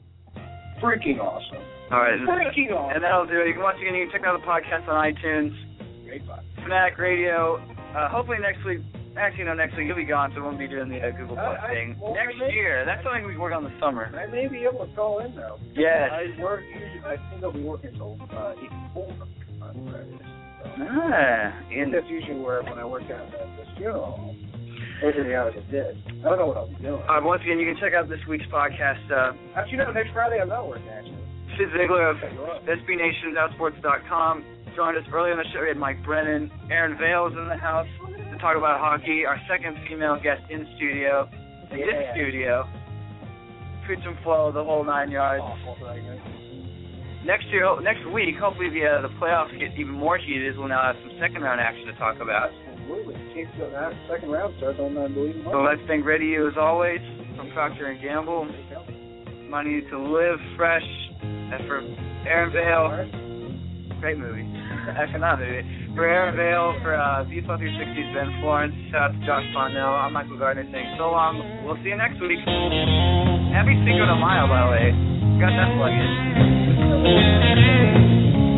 freaking awesome.
all right.
Freaking
And
awesome.
that'll do it. You can once again you can check out the podcast on iTunes,
Great vibe.
Fanatic Radio. Uh, hopefully next week. Actually, no, next week you'll be gone, so we won't be doing the uh, Google
Uh,
Plus
I-
thing.
well,
next
maybe-
year, that's something we work on this summer.
I may be able to call in though.
Yes.
I work. I think I'll be working until uh, eight four on Fridays. So.
Ah,
And
and
that's usually where when I work out at this funeral home. Those are the hours I did. I don't know what I'll be doing.
uh, once again, you can check out this week's podcast. Uh,
Actually, no. Next Friday I'm not working. Actually.
Sid Ziegler of
Okay, you're up.
SBNationsOutsports.com joined us earlier in the show. We had Mike Brennan, Aaron Vale is in the house to talk about hockey. Our second female guest in studio, in this
Yeah.
studio, Preach and flow the whole nine yards.
Awful thing.
Next year, next week, hopefully the uh, the playoffs get even more heated. We'll now have some second round action to talk about.
Absolutely. Can't go that. Second round starts on I believe.
So let's thank Radio as always from Procter and Gamble. Money to live fresh. That's from Aaron Vale. Great movie. Economic movie. For Aaron Vale, for uh, View 360's Ben Florence, shout out to Josh Parnell. I'm Michael Gardner saying so long. We'll see you next week. Happy Cinco de Mayo, by the way. Got that plug in.